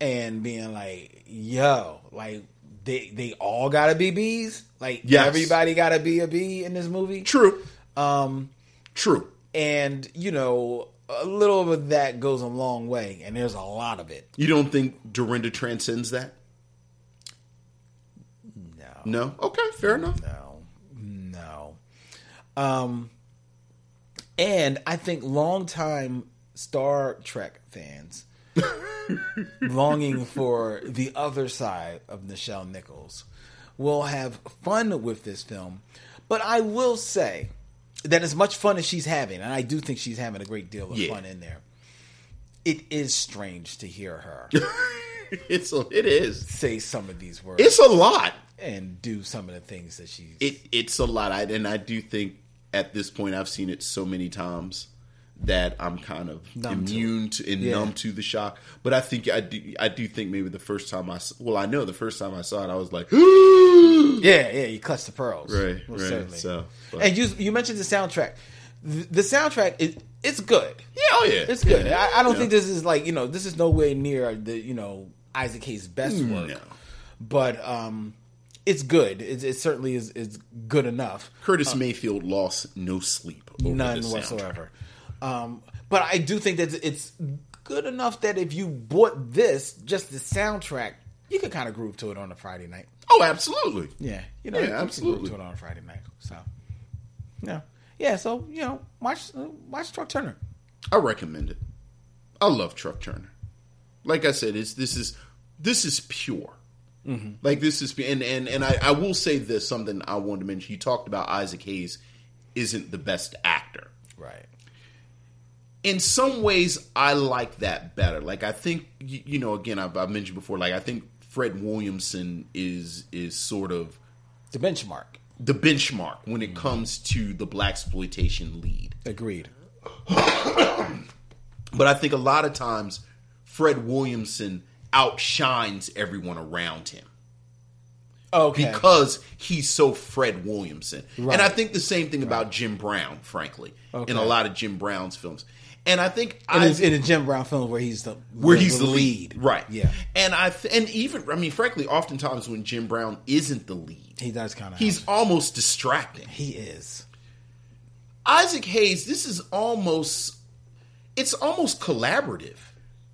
[SPEAKER 1] and being like yo like they they all gotta be bees like
[SPEAKER 2] Yes.
[SPEAKER 1] everybody gotta be a bee in this movie
[SPEAKER 2] True.
[SPEAKER 1] um
[SPEAKER 2] True.
[SPEAKER 1] and you know a little of that goes a long way and there's a lot of it
[SPEAKER 2] You don't think Dorinda transcends that?
[SPEAKER 1] no
[SPEAKER 2] No. Okay, fair enough. *laughs*
[SPEAKER 1] No, no. Um, and I think longtime Star Trek fans
[SPEAKER 2] *laughs*
[SPEAKER 1] longing for the other side of Nichelle Nichols will have fun with this film. But I will say that as much fun as she's having, and I do think she's having a great deal of
[SPEAKER 2] Yeah.
[SPEAKER 1] fun in there, it is strange to hear her
[SPEAKER 2] It's a, it is.
[SPEAKER 1] say some of these words
[SPEAKER 2] It's a lot.
[SPEAKER 1] and do some of the things that she's.
[SPEAKER 2] It it's a lot. I, and I do think at this point I've seen it so many times that I'm kind of
[SPEAKER 1] Numb to
[SPEAKER 2] immune to, and
[SPEAKER 1] Yeah.
[SPEAKER 2] numb to the shock. But I think I do I do think maybe the first time I s- well I know the first time I saw it I was like *gasps* oh
[SPEAKER 1] Yeah, yeah, you clutch the pearls.
[SPEAKER 2] Right,
[SPEAKER 1] Most
[SPEAKER 2] right,
[SPEAKER 1] certainly.
[SPEAKER 2] so, but-
[SPEAKER 1] and you you mentioned the soundtrack. Th- The soundtrack is it's good.
[SPEAKER 2] yeah oh yeah
[SPEAKER 1] It's good.
[SPEAKER 2] Yeah.
[SPEAKER 1] I, I don't
[SPEAKER 2] Yeah.
[SPEAKER 1] think this is like you know this is nowhere near the you know Isaac Hayes' best work,
[SPEAKER 2] No.
[SPEAKER 1] but um, it's good. It, it certainly is is good enough.
[SPEAKER 2] Curtis Mayfield lost no sleep over
[SPEAKER 1] None
[SPEAKER 2] this soundtrack.
[SPEAKER 1] whatsoever. Um, but I do think that it's good enough that if you bought this just the soundtrack, you could kind of groove to it on a Friday night.
[SPEAKER 2] Oh, absolutely.
[SPEAKER 1] Yeah, you know,
[SPEAKER 2] Yeah,
[SPEAKER 1] you can
[SPEAKER 2] absolutely.
[SPEAKER 1] do it on a Friday night. So, yeah, yeah. So you know, watch uh, watch Chuck Turner.
[SPEAKER 2] I recommend it. I love Truck Turner. Like I said, it's this is this is pure. Like this is and and and I, I will say this something I wanted to mention. You talked about Isaac Hayes isn't the best actor.
[SPEAKER 1] Right.
[SPEAKER 2] In some ways, I like that better. Like I think you, you know again I've, I've mentioned before. Like I think Fred Williamson is is sort of
[SPEAKER 1] The benchmark.
[SPEAKER 2] the benchmark when it comes to the black exploitation lead.
[SPEAKER 1] Agreed.
[SPEAKER 2] But I think a lot of times Fred Williamson outshines everyone around him
[SPEAKER 1] Okay.
[SPEAKER 2] because he's so Fred Williamson.
[SPEAKER 1] Right.
[SPEAKER 2] And I think the same thing about Jim Brown, frankly,
[SPEAKER 1] Okay.
[SPEAKER 2] in a lot of Jim Brown's films. And I think
[SPEAKER 1] in,
[SPEAKER 2] I,
[SPEAKER 1] his, in a Jim Brown film where he's the
[SPEAKER 2] where he's the lead, right?
[SPEAKER 1] Yeah.
[SPEAKER 2] And I th- and even I mean, frankly, oftentimes when Jim Brown isn't the lead,
[SPEAKER 1] He does kind of.
[SPEAKER 2] he's almost distracting.
[SPEAKER 1] he is.
[SPEAKER 2] Isaac Hayes, this is almost it's almost collaborative.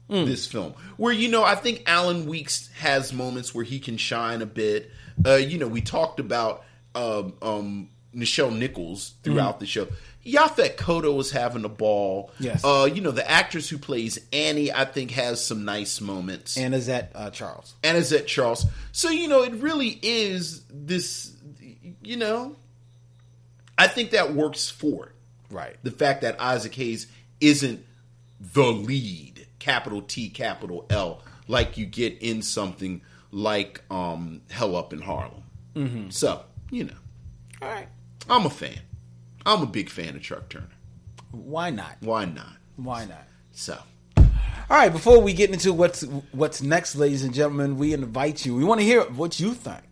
[SPEAKER 1] Hmm.
[SPEAKER 2] this film, where you know I think Alan Weeks has moments where he can shine a bit. Uh, you know, we talked about um, um, Nichelle Nichols
[SPEAKER 1] Hmm.
[SPEAKER 2] throughout the show. Yaphet Kotto was having a ball.
[SPEAKER 1] Yes.
[SPEAKER 2] Uh, you know, the actress who plays Annie, I think, has some nice moments.
[SPEAKER 1] And is that uh, Charles?
[SPEAKER 2] And is at Charles. So, you know, it really is this, you know, I think that works for it.
[SPEAKER 1] Right.
[SPEAKER 2] The fact that Isaac Hayes isn't the lead, capital T, capital L, like you get in something like um, Hell Up in Harlem. So, you know,
[SPEAKER 1] All right.
[SPEAKER 2] I'm a fan. I'm a big fan of Chuck Turner.
[SPEAKER 1] Why not?
[SPEAKER 2] Why not?
[SPEAKER 1] Why not?
[SPEAKER 2] So,
[SPEAKER 1] All right. Before we get into what's what's next, ladies and gentlemen, we invite you. We want to hear what you think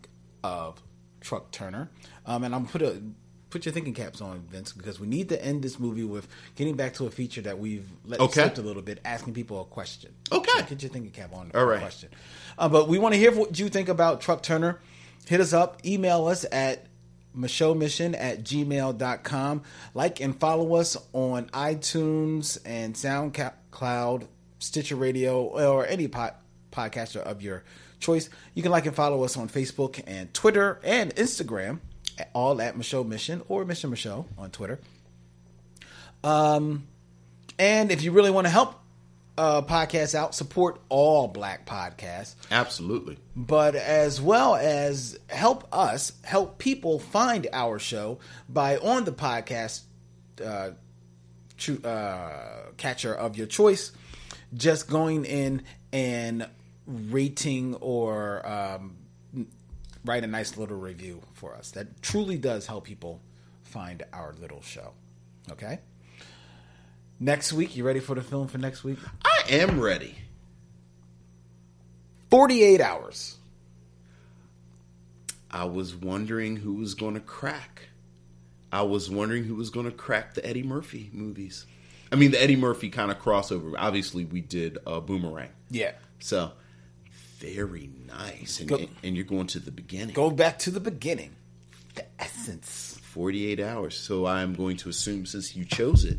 [SPEAKER 1] of Truck Turner, um, and I'm put a put your thinking caps on, Vince, because we need to end this movie with getting back to a feature that we've let
[SPEAKER 2] Okay.
[SPEAKER 1] slip a little bit, asking people a question.
[SPEAKER 2] Okay.
[SPEAKER 1] So get your thinking cap on.
[SPEAKER 2] All
[SPEAKER 1] All
[SPEAKER 2] right.
[SPEAKER 1] right. Question, uh, but we want to hear what you think about Truck Turner. Hit us up. Email us at Michelle Mission at gmail.com. Like and follow us on iTunes and SoundCloud, Stitcher Radio, or any pod- podcaster of your choice. You can like and follow us on Facebook and Twitter and Instagram, at- all at Michelle Mission or Mission Michelle on Twitter. And if you really want to help uh, podcasts out, support all black podcasts
[SPEAKER 2] absolutely.
[SPEAKER 1] but as well as help us help people find our show by on the podcast uh, cho- uh, catcher of your choice, just going in and rating or um, write a nice little review for us. That truly does help people find our little show. Okay. Next week, you ready for the film for next week?
[SPEAKER 2] I am ready.
[SPEAKER 1] 48 hours.
[SPEAKER 2] I was wondering who was going to crack. I was wondering who was going to crack the Eddie Murphy movies. I mean, the Eddie Murphy kind of crossover. Obviously, we did uh, Boomerang.
[SPEAKER 1] Yeah.
[SPEAKER 2] So, very nice. And,
[SPEAKER 1] Go-
[SPEAKER 2] and you're going to the beginning.
[SPEAKER 1] Go back to the beginning, the essence.
[SPEAKER 2] 48 hours. So, I'm going to assume, since you chose it,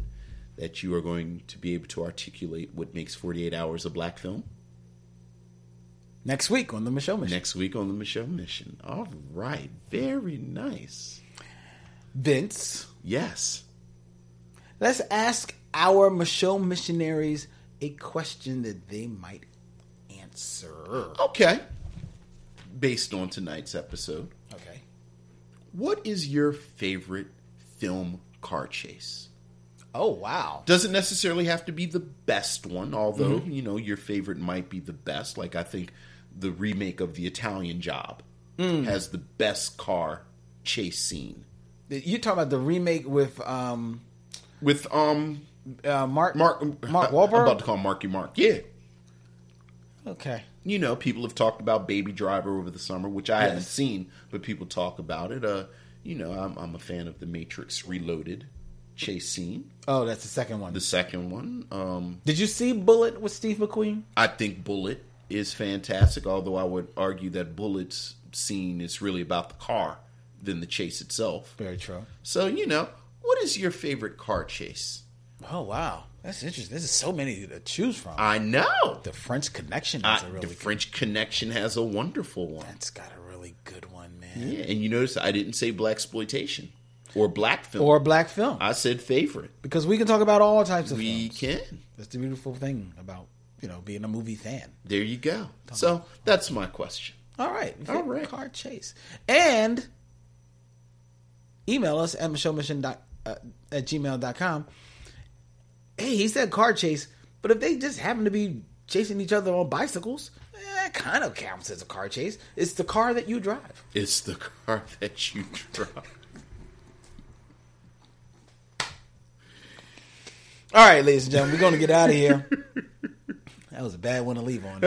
[SPEAKER 2] that you are going to be able to articulate what makes 48 hours a black film
[SPEAKER 1] next week on the Michelle Mission.
[SPEAKER 2] next week on the Michelle Mission. All right. Very nice.
[SPEAKER 1] Vince,
[SPEAKER 2] Yes.
[SPEAKER 1] let's ask our Michelle missionaries a question that they might answer.
[SPEAKER 2] Okay. Based on tonight's episode,
[SPEAKER 1] Okay.
[SPEAKER 2] what is your favorite film car chase?
[SPEAKER 1] Oh wow.
[SPEAKER 2] Doesn't necessarily have to be the best one, although,
[SPEAKER 1] Mm-hmm.
[SPEAKER 2] you know, your favorite might be the best. Like, I think the remake of The Italian Job
[SPEAKER 1] Mm.
[SPEAKER 2] has the best car chase scene
[SPEAKER 1] You're talking about the remake with um,
[SPEAKER 2] with, um,
[SPEAKER 1] uh, Mark
[SPEAKER 2] Mark, um,
[SPEAKER 1] Mark
[SPEAKER 2] *laughs* I'm about
[SPEAKER 1] Wahlberg.
[SPEAKER 2] to call him Marky Mark. Yeah.
[SPEAKER 1] okay.
[SPEAKER 2] you know, people have talked about Baby Driver over the summer, which I haven't seen, but people talk about it. Uh, you know, I'm, I'm a fan of the Matrix Reloaded chase scene,
[SPEAKER 1] Oh, that's the second one.
[SPEAKER 2] the second one. Um,
[SPEAKER 1] Did you see Bullet with Steve McQueen?
[SPEAKER 2] I think Bullet is fantastic, although I would argue that Bullet's scene is really about the car than the chase itself.
[SPEAKER 1] Very true.
[SPEAKER 2] So, you know, what is your favorite car chase?
[SPEAKER 1] Oh wow, that's interesting. There's so many to choose from.
[SPEAKER 2] I know.
[SPEAKER 1] the French Connection
[SPEAKER 2] I-
[SPEAKER 1] is a really
[SPEAKER 2] the French Connection has a wonderful one.
[SPEAKER 1] That's got a really good one, man.
[SPEAKER 2] Yeah, and you notice I didn't say black exploitation or black film.
[SPEAKER 1] Or a black film.
[SPEAKER 2] I said favorite.
[SPEAKER 1] because we can talk about all types of
[SPEAKER 2] We
[SPEAKER 1] films.
[SPEAKER 2] can.
[SPEAKER 1] That's the beautiful thing about you know being a movie fan.
[SPEAKER 2] There you go. So that's my question.
[SPEAKER 1] All right,
[SPEAKER 2] All right.
[SPEAKER 1] Car chase and email us at michellemission dot, uh, at gmail.com. Hey, he said car chase, but if they just happen to be chasing each other on bicycles, eh, that kind of counts as a car chase. It's the car that you drive.
[SPEAKER 2] It's the *laughs* car that you
[SPEAKER 1] *laughs*
[SPEAKER 2] drive.
[SPEAKER 1] All right, ladies and gentlemen, we're going to get out of
[SPEAKER 2] *laughs*
[SPEAKER 1] here. that was a bad one to leave on.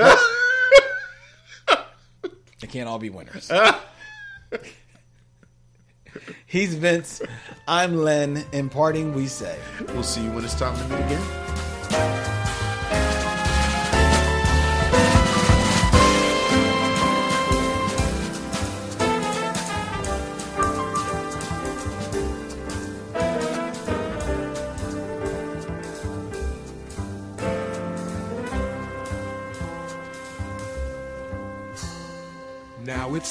[SPEAKER 1] they can't all be winners. He's Vince. I'm Len. In parting, we say.
[SPEAKER 2] We'll see you when it's time to meet again.
[SPEAKER 7] Now it's